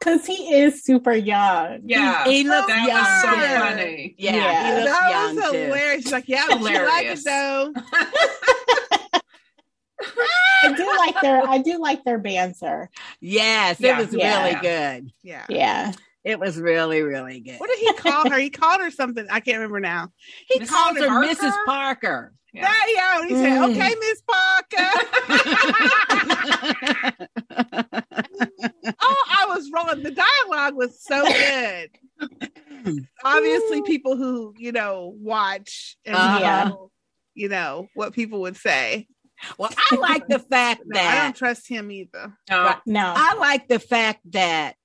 Cause he is super young. Yeah. He looks that young. was so too. funny. Yeah, Yeah. he looks that young was too. hilarious. She's like, Yeah, but you like it Hilarious. though. I do like their I do like their banter. Yes, Yeah. it was Yeah. really good. Yeah. Yeah. It was really, really good. What did he call her? He called her something. I can't remember now. He Mrs. called her Or Parker? Mrs. Parker. Yeah. that. Yeah, and he said, Mm. "Okay, Miss Parker." oh, I was rolling. The dialogue was so good. Obviously, people who you know watch and Uh-huh. know, you know what people would say. well, I like the fact No, I that don't trust him either. No. No. I like the fact that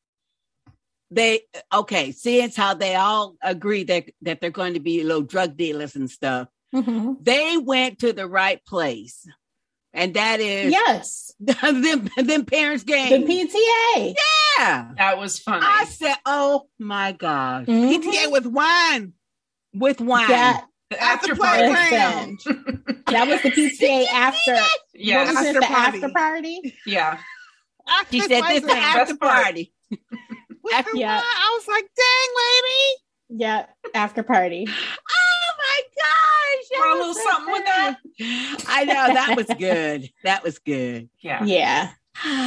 they okay, seeing as how they all agree that that they're going to be little drug dealers and stuff, Mhm. they went to the right place. And that is Yes. them, them parents The game. PTA. yeah. That was funny. I said, oh my God. Mhm. PTA with wine With wine. That, the at the after party. playground. listen, that was the PTA after Yes. was it, After the party. after party? yeah. after She said this is the playground after Best part. party. with her Yeah. wine. I was like, "Dang, lady." Yeah, after party. Oh my gosh. that Want a little was so something with that? good. I know. That was good. That was good. Yeah.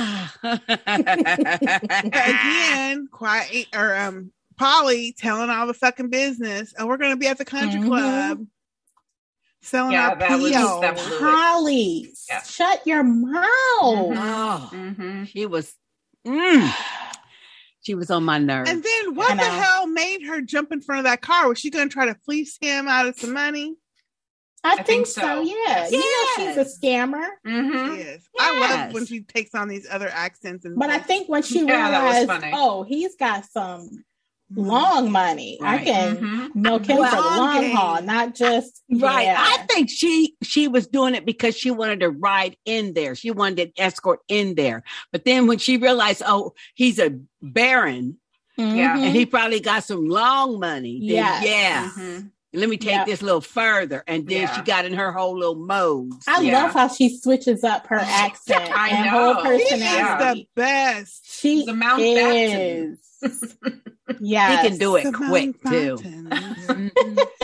Yeah. But Ah. again, quiet or um Polly telling all the fucking business. Oh, we're gonna be at the country Mm-hmm. Mhm. club selling Yeah, our that was- PO. that was- Polly, Yeah. shut your mouth. Mhm. oh, Mm-hmm. she was, mm, she was on my nerve. and then what I the know. hell made her jump in front of that car? Was she gonna try to fleece him out of some money? I, think think, so. so. Yeah. You know she's a scammer. Mm-hmm. Yes. I love Yes. when she takes on these other accents and But I think when she Yeah, that was realized, funny. oh, he's got some Mhm. long money. Right. I can Mm-hmm. milk him for the Long long game. haul, not just Right. Yeah. I think she she was doing it because she wanted to ride in there. She wanted an escort in there. But then when she realized, oh, he's a baron Yeah. Mhm. and he probably got some long money. then Yes. yeah. Mm-hmm. Let me take Yep. this a little further. And then Yeah. she got in her whole little mode. I Yeah. love how she switches up her accent I and know. whole she personality. is the She best. She's a Mountbatten. is. yeah, He can do it Simone quick too. Fountains. Mhm.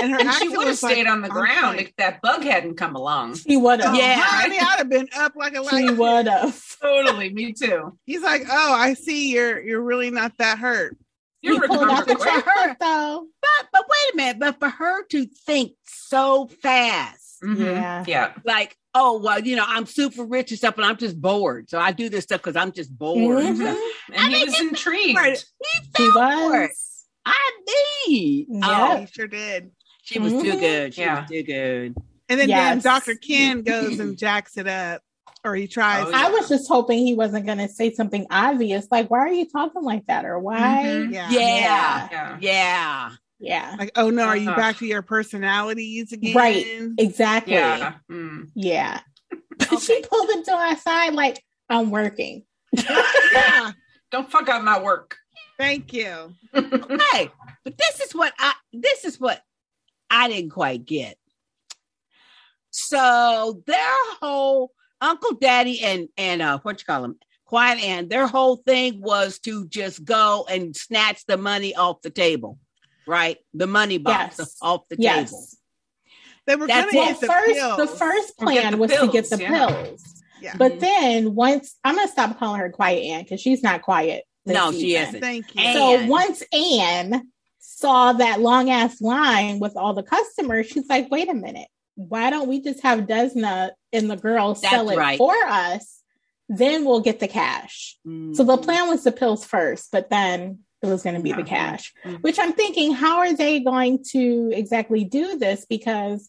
and her And she accent would have was like, stayed on the on ground point. if that bug hadn't come along. She would have. "Oh, Yeah. honey, I'd have been up like a light. She would have. Totally, me too. He's like, "Oh, I see. You're you're really not that hurt." He You pulled out recovered the quick. chocolate though. But but wait a minute, but for her to think so fast, Mhm. Yeah. Yeah. like, oh well, you know, I'm super rich and stuff, and I'm just bored. So I do this stuff because I'm just bored. and stuff. Mhm. And he mean, was intrigued. Right. He She fell for it. was. I need. Yeah. Oh, He sure did. she was too Mhm. good. She Yeah. was too good. And then damn Yes. Dr. Ken goes and jacks it up, or he tries. Oh, I was just hoping he wasn't going to say something Mm-hmm. obvious, like, why are you talking like that? Or why? Mhm. yeah. Yeah. Yeah. Yeah. Yeah. Yeah. Like, oh no, are you Uh-huh. back to your personalities again? Right. Exactly. Yeah. Mm. Yeah. But she Okay. pulled the door aside like I'm working. yeah. Don't fuck up my work. Thank you. Okay, but this is what I this is what I didn't quite get. So their whole Uncle Daddy and and uh, what you call him, Quiet Ann, their whole thing was to just go and snatch the money off the table, right? The money box Yes. off the yes. table. They were That's going to Well, get it. the first the pills. first Or get plan the was to get pills, the yeah. pills. Yeah. But Mhm. then once I'm gonna stop calling her Quiet Ann because she's not quiet. this No, she season. isn't. Thank you. And- So Ann. once Anne saw that long ass line with all the customers, she's like, wait a minute. Why don't we just have Desna and the girls That's sell it right. for us? Then we'll get the cash. So the plan was the pills first, but then it was going to be the Mhm. cash, Mm-hmm. Mhm. which I'm thinking, how are they going to exactly do this? Because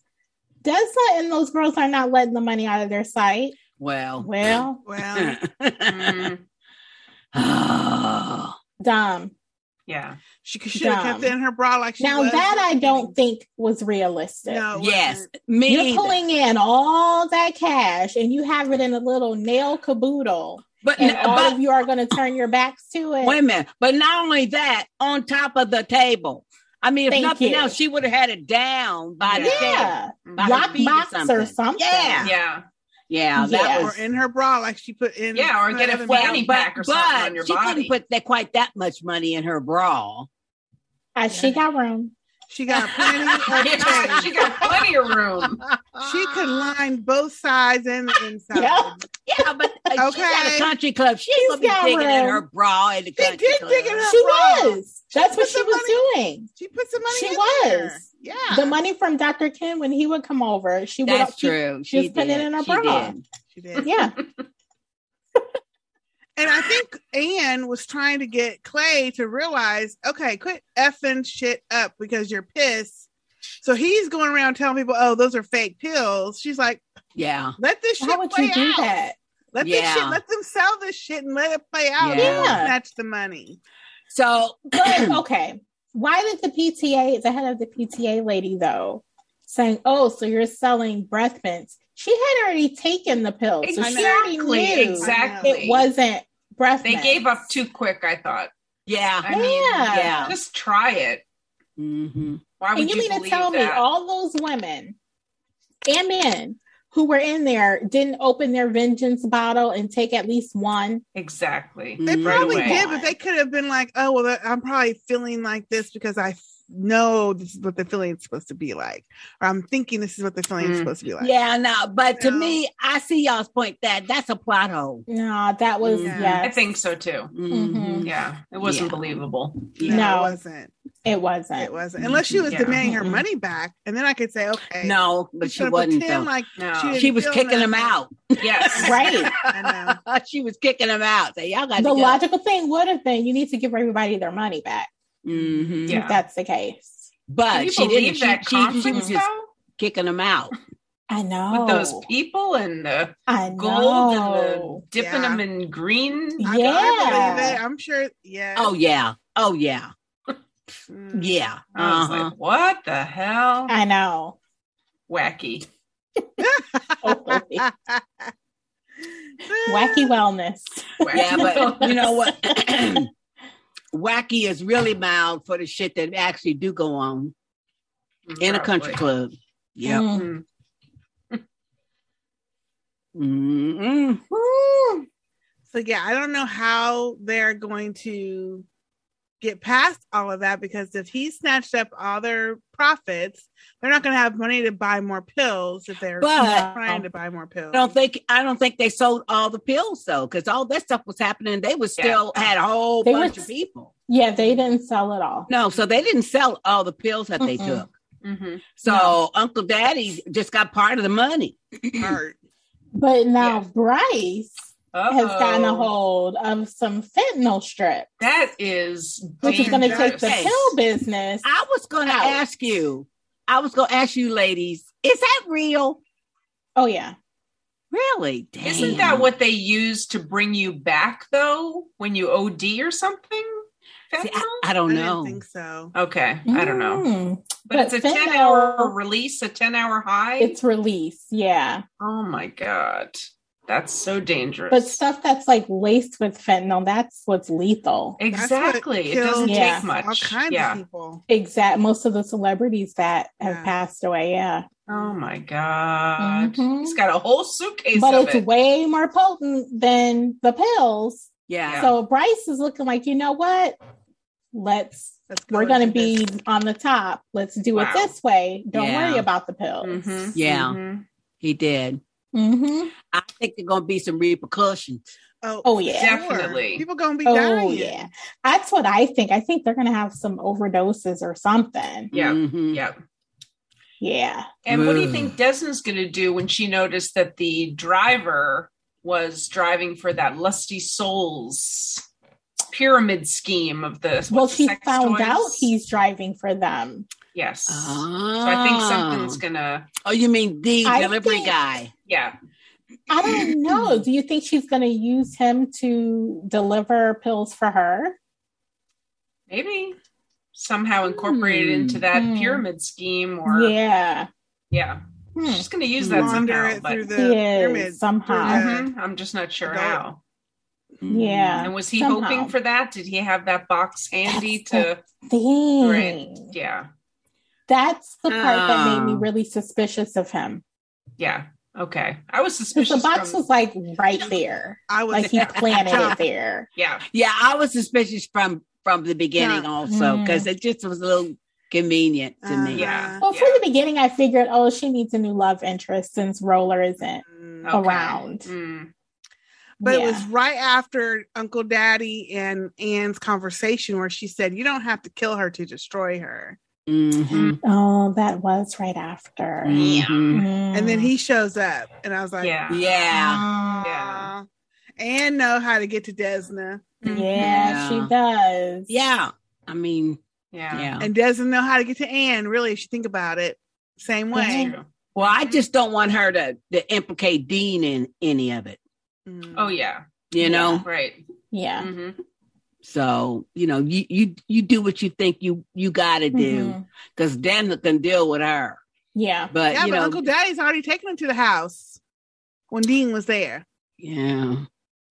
Desna and those girls are not letting the money out of their sight. Oh. Mm, well, Well, well, Mm. Mm. Oh. dumb. Yeah. she should have kept it Dumb. in her bra like she Now was. that I don't think was realistic. No, it yes, wasn't. me. You're either. pulling in all that cash and you have it in a little nail caboodle, but and all but of you are going to turn your backs to it. Wait a minute. But not only that, on top of the table. I mean, if Thank nothing you. else, she would have had it down by the table. yeah, Mm. By her lock feet or box or something. something. Yeah. Yeah. Yeah, that Yeah. was Or in her bra like she put in. Yeah, or get a Well, fanny but, pack or something but on your she body. couldn't put that quite that much money in her bra. Uh, she got room. She got plenty of Yeah, things. she got plenty of room. She Ah. could line both sides and the inside. Yeah. Yeah, but uh, she got Okay. a country club. She She's ain't gonna got be digging in room. her bra at the She country did club. dig in her- She Right. was. That's what put she the was doing. She put some money She in was. there. Yeah. The money from Dr. Kim when he would come over, she would. That's she- true. she She, was putting did. it in her She bra. did. She did. Yeah, And I think Anne was trying to get Clay to realize, okay, quit effing shit up because you're pissed. So he's going around telling people, oh, those are fake pills. She's like, Yeah. let this shit how would play you do out. that? Let Yeah. this shit, let them sell this shit and let it play out. Yeah. Yeah. Yeah. Snatch the money. So But okay, why did the PTA, the head of the PTA lady, though, saying, "Oh, so you're selling breath mints"? She had already taken the pill, so she already Exactly. knew Exactly. it wasn't breath. They mints. gave up too quick, I thought. yeah. I mean, Yeah. Yeah. just try it. hmm Why would And you mean to believe tell me that? all those women and men who were in there didn't open their vengeance bottle and take at least one? exactly. They Mhm. probably away. did, but they could have been like, oh, well, that- I'm probably feeling like this because I f- know this is what the feeling is supposed to be like. Or I'm thinking this is what the feeling is Mm. supposed to be like. Yeah, no, but to No. me, I see y'all's point that that's a plot hole. No, that was Yeah. yes. I think so too. Mm-hmm. Mhm. Yeah. It wasn't Yeah. believable. No, No. it wasn't. It wasn't. It wasn't. Unless she was Yeah. demanding her Mm-mm. money back. And then I could say, okay. No, but she's she gonna wasn't. pretend though. like No. She- she was feel kicking them nothing. out. yes. Right. I she was kicking them out. So y'all got to the go. logical thing would have been you need to give everybody their money back Mhm. Yeah. if that's the case. Can But you she didn't. believe She, that she, she conference was just Oh. though? kicking them out. I With know. those people and the I gold know. and the dipping Yeah. them in green. I, yeah. I believe it. I'm sure. Yeah. Oh yeah. Oh yeah. Mm. Yeah. I was Uh-huh. like, what the hell? I know. Wacky. Totally. Wacky wellness. Wacky. Yeah, but you know what? Wacky is really mild for the shit that actually do go on in a country Probably. club. Yeah. Mm. Mm. mm So yeah, I don't know how they're going to get past all of that because if he snatched up all their profits, they're not going to have money to buy more pills if they're But- trying to buy more pills. I don't think I don't think they sold all the pills though, because all that stuff was happening. They was still had a whole They were bunch s- of people. Yeah, they didn't sell it all. No, so they didn't sell all the pills that they Mm-mm. took. Mhm. So No. Uncle Daddy just got part of the money. Or- But now Yeah. Bryce has gotten a Uh-oh. hold of some fentanyl strip, That is which is going to take dangerous. the Yes. pill business. I was going to Ouch. ask you. I was going to ask you, ladies. Is that real? Oh yeah, Really? Damn. Isn't that what they use to bring you back though when you OD or something? See, fentanyl? I, I don't I know. didn't think so. okay, I don't know. Mm, But, But it's a fentanyl- 10 hour release, a 10 hour high. It's release, yeah. oh my God. That's so dangerous. But stuff that's like laced with fentanyl, that's what's lethal. That's what exactly. It kills doesn't Yeah. take much. All kinds yeah. of people. Exact. Most of the celebrities that have Yeah. passed away, yeah. Oh my God. Mhm. He's got a whole suitcase but of it's it. way more potent than the pills. Yeah. So Bryce is looking like, you know what? Let's Let's go we're gonna into be this. on the top. Let's do Wow. it this way. Don't Yeah. worry about the pills. Mhm. Yeah. Mhm. he did. Mhm. I think there's gonna be some repercussions. Oh, Oh, yeah. Definitely. People gonna be dying. Oh yeah, that's what I think. I think they're gonna have some overdoses or something. Yeah. Mhm. Yeah. Yeah. And what do you Ugh. think Desmond's going to do when she noticed that the driver was driving for that Lusty Souls pyramid scheme of the well, what's the she sex found toys? out he's driving for them. yes. Oh. So I think something's going to Oh, you mean the I delivery think- guy? yeah. I don't know. Do you think she's gonna use him to deliver pills for her? maybe somehow incorporated Hmm. into that Hmm. pyramid scheme or yeah, yeah. Hmm. she's going to use that Launder somehow it but through the Yes, pyramid. somehow. through the- Mhm, i'm just not sure Adult. how Yeah. and was he Somehow. hoping for that did he have that box handy That's to Dang. Right. yeah That's the part that made Oh. me really suspicious of him. yeah okay i was Because the suspicious box from- was like right there. I was Like he planted it there. yeah Yeah, I was suspicious from from the beginning Yeah. also because it just was a little convenient to Uh-huh. me. Yeah. Well, from the beginning, I figured, oh, she needs a new love interest since Roller isn't. Mm. Oh. okay. around. Mm, But Yeah. it was right after Uncle Daddy and Anne's conversation where she said, You don't have to kill her to destroy her. Mhm. oh, that was right after. Mm. Mhm. And then he shows up. And I was like, yeah Yeah. "Aw." Anne know how to get to Desna. yeah, Mhm. she Yeah. does. Yeah. I mean, yeah, yeah. And Desna know how to get to Anne, really, if you think about it. Same That's way. true. Well, I just don't want her to, to implicate Dean in any of it, Mm. oh yeah you know? right yeah. hmm So, you know, you you you do what you think you you got to do Mhm. because Dan can deal with her. Yeah. But, yeah, you but know, Uncle Daddy's already taken him to the house when Dean was there. yeah.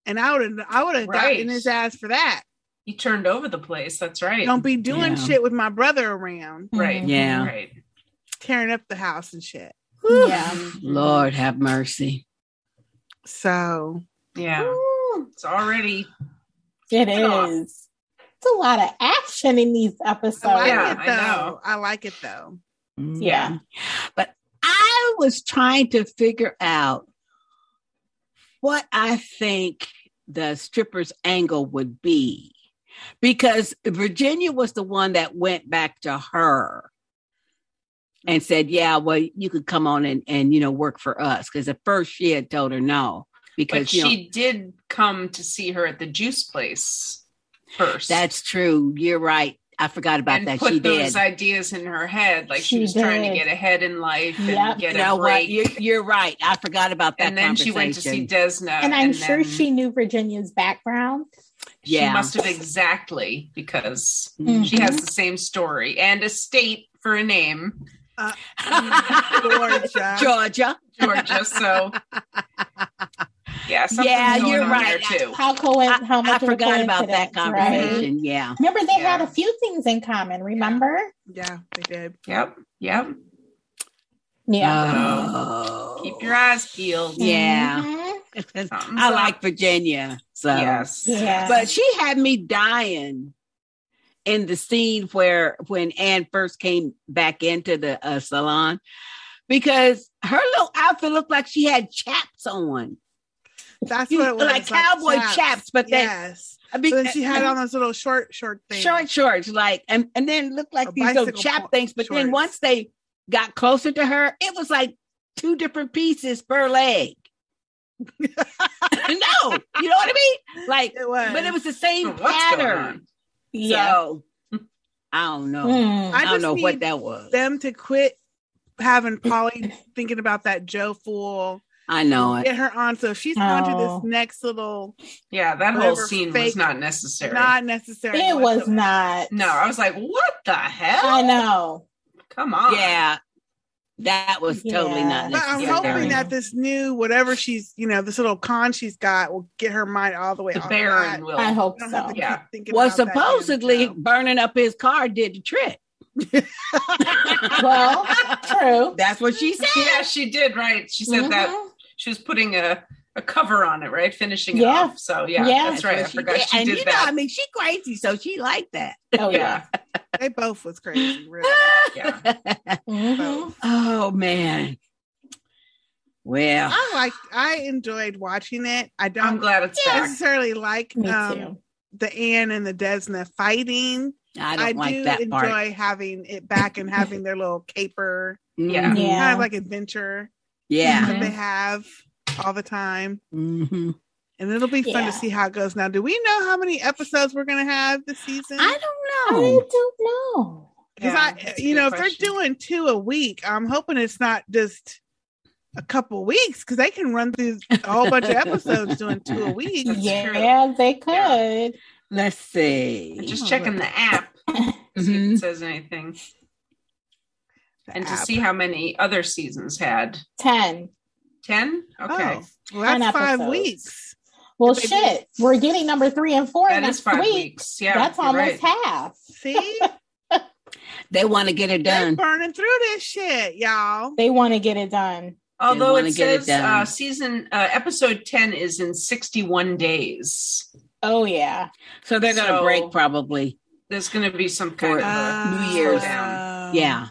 And I would have I would have Right. gotten in his ass for that. he turned over the place that's right Don't be doing Yeah. shit with my brother around, right Mhm. Yeah. right tearing up the house and shit. Yeah. Lord have mercy. So yeah it's already It Yeah. is. It's a lot of action in these episodes. Oh, I like yeah, it I though. know. I like it though. Yeah. Mm. But I was trying to figure out what I think the stripper's angle would be because Virginia was the one that went back to her and said, Yeah, well, you could come on and, and you know, work for us. Because at first she had told her no, because But you know, she did come to see her at the juice place first. that's true. You're right. I forgot about and that. put She those did. ideas in her head, like she, She was trying to did. get ahead in life Yep. and get you know a what? break. You're, you're right. I forgot about that. and then she went to see conversation. Desna, and I'm sure then she knew Virginia's background. she Yeah. must have exactly because Mhm. Mm-hmm. she has the same story and a state for a name, Georgia. Georgia. Georgia. So yeah, something's Yeah, going you're on right. there too. How coinc- how I much of a forgot about that coincidence, right? conversation. Yeah. Remember, they Yeah. had a few things in common. Remember? yeah, they did. Yep, yep. Yeah. Oh. Keep your eyes peeled. Uh, Yeah. Mhm. I like Virginia. So, Yes. Yeah. but she had me dying in the scene where when Anne first came back into the uh, salon because her little outfit looked like she had chaps on, That's You- what it was. like cowboy chaps, but then- yes. I But mean, then she had on those little short, short things. short shorts, like and and then looked like Or these little bicycle chap po- things. But then shorts. once they got closer to her, it was like two different pieces per leg. no, you know what I mean? Like, It was. but it was the Oh, same What's going pattern. on? Yeah. So I don't know. Mm. I, I don't just know what need that was. them to quit having Polly thinking about that Joe fool I know it. get her on. So she's on to Oh. this next little Yeah, that whole Whatever scene fake- was not necessary. not necessary. It was whatsoever. not. no, I was like, what the hell? I know. Come on. Yeah. That was totally Yeah. not Uh-uh. But I'm necessary. hoping that this new whatever she's you know this little con she's got will get her mind all the way The off Baron that. will. I hope You don't have so. to Yeah. keep thinking well, about that damn supposedly show. burning up his car did the trick. Well, true. That's what she said. Yeah, she did, right? She said that Mhm. she was putting a, a cover on it, right? Finishing it Yeah. off. So, yeah, Yeah. that's right. I what forgot she and did you know, I that. mean, she crazy, so she liked that. Oh yeah. yeah. they both was crazy. Really. Yeah. Mhm. oh man. Well, I like. I enjoyed watching it. I I'm don't glad it's back. necessarily like Me um, too. the Anne and the Desna fighting. I don't I, like do that enjoy part. having it back and having their little caper Yeah. Mhm. Yeah. kind of like adventure yeah. that they have all the time. Mhm. And it'll be fun Yeah. to see how it goes. Now, do we know how many episodes we're going to have this season? I I don't know. don't know. Because Yeah, I, that's a you good know, if question. they're doing two a week, I'm hoping it's not just a couple weeks because they can run through a whole bunch of episodes doing two a week. That's yeah, they could. Let's see. I'm just checking the app to see if Mm-hmm. Mhm. it says anything The and to app. see how many other seasons had. Ten. 10? Okay. Oh, well, Ten that's five episodes. weeks. Well, Maybe. shit. We're getting number three and four that next is five week. weeks. Yeah. That's you're almost right. half. See, They want to get it they're done. burning through this shit, y'all. They want to get it done. Although wanna it get it says done. uh, season uh, episode 10 is in 61 days. Oh yeah. So they're going to So- break probably. There's going to be some kind of For- a New Year's. Ah. Yeah.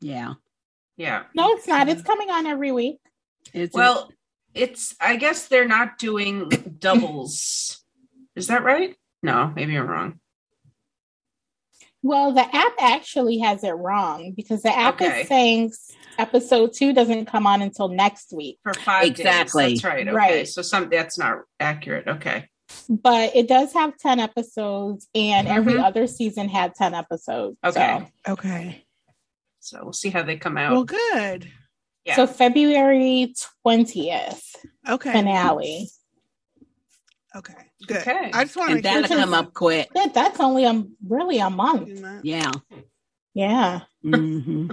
Yeah. yeah. No, it's not. It's coming on every week. It's a- Well, it's I guess they're not doing doubles. Is that right? No, maybe I'm wrong. Well, the app actually has it wrong because the app Okay. is saying s- episode two doesn't come on until next week, For five Exactly. days. That's right. Okay. Right. So some that's not accurate. Okay. but it does have 10 episodes, and every Mhm. other season had 10 episodes. Okay. Okay. So we'll see how they come out. Well, good. So, yeah. so February 20th Okay. finale. Okay. Good. Okay. I just want to and make sure that'll it's come up quick. That, that's only a, really a month. two months. Yeah. Yeah. hmm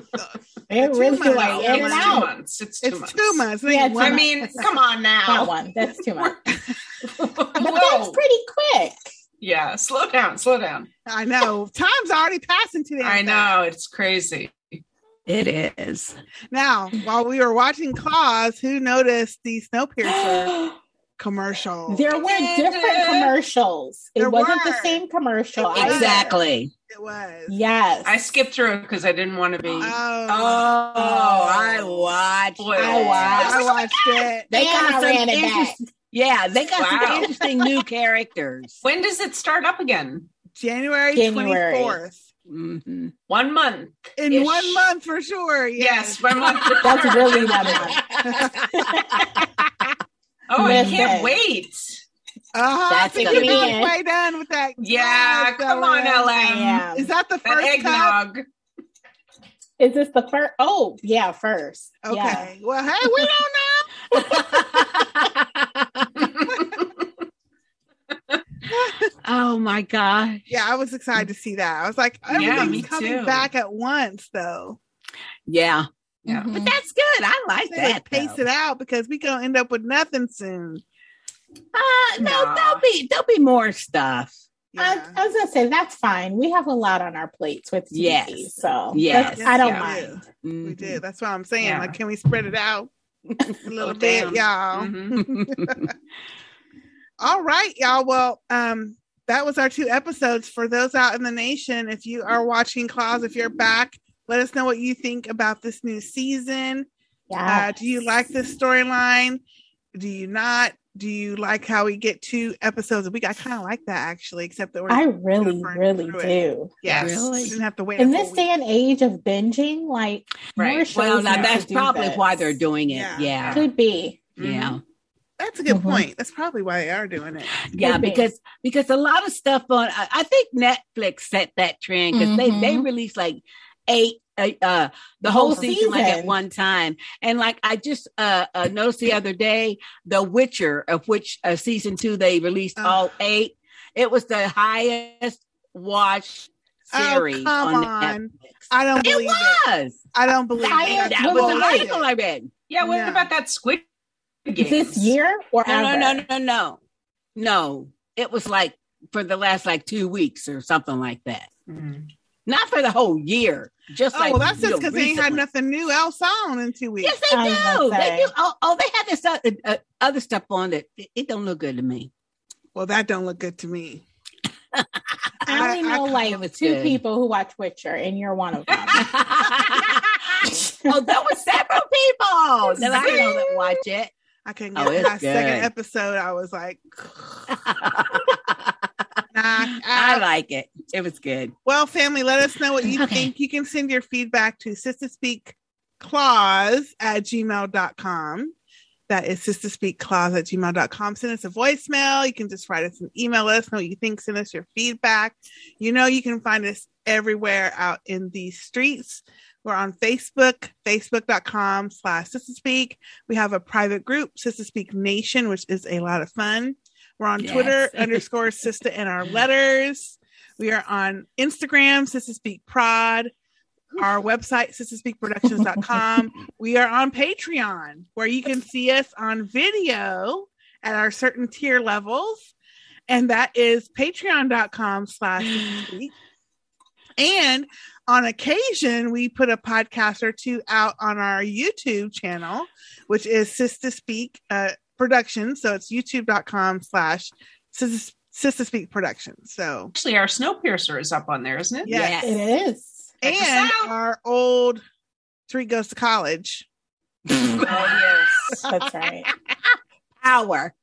It Two really months. like in it's and two out. months. It's two It's months. two months. Yeah, ain't two one I months. mean, come on That now. one. That's too much. But that's Whoa. pretty quick. Yeah, slow down, slow down. I know. Time's already passing today. I know it's crazy. It is. Now, while we were watching Claws, who noticed the Snowpiercer commercial? There were different Amanda. commercials. It There wasn't the were. same commercial. It was. either. Exactly. It was. Yes. I skipped through it because I didn't want to be. Oh, Oh, I watched. Boy. it. I watched. I watched it. And They got I some ran it back. interest- Yeah, they got Wow. some interesting new characters. when does it start up again? January twenty January. fourth. hmm One month. In Ish. one month for sure. Yes, one month. That's really one month. Oh, I Listen. can't wait. Uh-huh. That's That's gonna be it. halfway done with that. Yeah, come on, Ellen. LM. Yeah. Is that the That first cup? eggnog. Is this the first? Oh, yeah, first. Okay. Yeah. Well, hey, we don't know. oh my gosh. Yeah, I was excited to see that. I was like, Yeah, everything's me coming too. back at once, though. Yeah. Yeah. Mhm. But that's good. I like They that. like, pace though. it out because we gonna end up with nothing soon. Uh, no, Nah. there'll be there'll be more stuff. I, Yeah. I was gonna say that's fine. We have a lot on our plates with TV, Yes. so Yes. that's- I don't we mind. do. Mm-hmm. We do. That's what I'm saying. Yeah. Like, can we spread it out a little Oh, bit, damn. y'all? Mhm. Mhm. All right, y'all. Well, um, that was our two episodes for those out in the nation. If you are watching Claws, if you're back, let us know what you think about this new season. Yeah. Uh, do you like this storyline? Do you not? Do you like how we get two episodes a week? I kind of like that actually, except that we're I really, burn really through do. it. yes, Really? didn't have to wait. a In whole this week. day and age of binging, like Right. more shows well, need now to that's do probably this. why they're doing it. Yeah. Yeah. Could be. Mhm. Yeah. that's a good Mhm. point. That's probably why they are doing it. Yeah, Could be. because because a lot of stuff on I, I think Netflix set that trend because they they Mhm. release like eight uh, uh, the whole season, like at one time. And like I just uh, uh, noticed the other day, The Witcher, of which uh, season two they released Oh. all eight. It was the highest watched series oh, come on, on. Netflix. I don't it believe it. was. I don't believe I am- it. That's That was Well, I- an bullshit. article I read. Yeah, what No. about that Squid Game? This year or No, ever? no, no, no, no, no. It was like for the last like two weeks or something like that. Mhm. Not for the whole year. Just Oh, like well, that's just real because they ain't had recently. nothing new else on in two weeks. Yes, they I was do. gonna They say. do. Oh, oh, they had this other, uh, other stuff on that it, it don't look good to me. Well, that don't look good to me. I only I- I know kinda like was two good. people who watch Witcher, and you're one of them. oh, there were several people that I know that watch it. I couldn't Oh, get it's my second good. episode. I was like, knock I out. like it. It was good. Well, family, let us know what you Okay. think. You can send your feedback to sisterspeakclaws at gmail.com. That is sisterspeakclaws at gmail.com. Send us a voicemail. You can just write us an email. Let us know what you think. Send us your feedback. You know, you can find us everywhere out in the streets. We're on Facebook, facebook.com slash sisterspeak. We have a private group, Sister Speak Nation, which is a lot of fun. We're on Yes. Twitter underscore sister and our letters. We are on Instagram, Sister Speak Prod, our website, sisterspeakproductions.com. we are on Patreon, where you can see us on video at our certain tier levels. And that is patreon.com slash Sister Speak. And on occasion, we put a podcast or two out on our YouTube channel, which is Sister Speak uh, Productions. So it's youtube.com slash Sister Sister Speak Productions. So Actually, our Snowpiercer is up on there, isn't it? Yes. Yes. it is. Check us and out. our old three goes to college Oh yes. That's right. Power.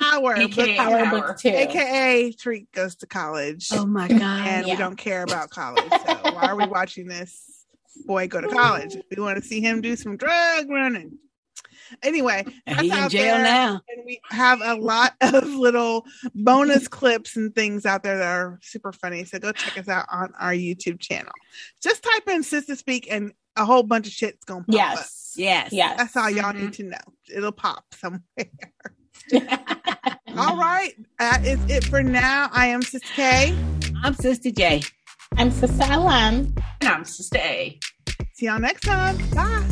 power, AKA book, Power Power. book two. aka Tariq goes to college, Oh my god. and we yeah. don't care about college. So why are we watching this boy go to college? We want to see him do some drug running. Anyway, And he That's in out jail there. now. and we have a lot of little bonus clips and things out there that are super funny. So go check us out on our YouTube channel. Just type in Sister Speak, and a whole bunch of shit's gonna pop up. Yes. Yes. Yes. That's all y'all Mhm. need to know. It'll pop somewhere. All right. That is it for now. I am Sis K. I'm Sister J. I'm Sister Ellen. And I'm Sister A. See y'all next time. Bye.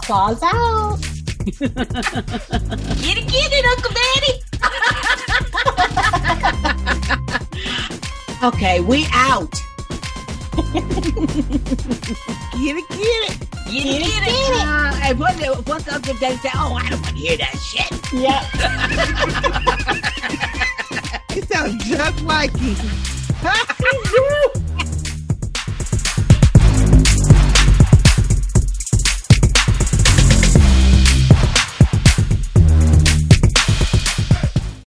Claws out. Get it, get it, Uncle Daddy. Okay, we out. Get it, get it. Get it, get it. Uh, and what the, what's up if they say, oh, I don't want to hear that shit. Yep. You sound just like me.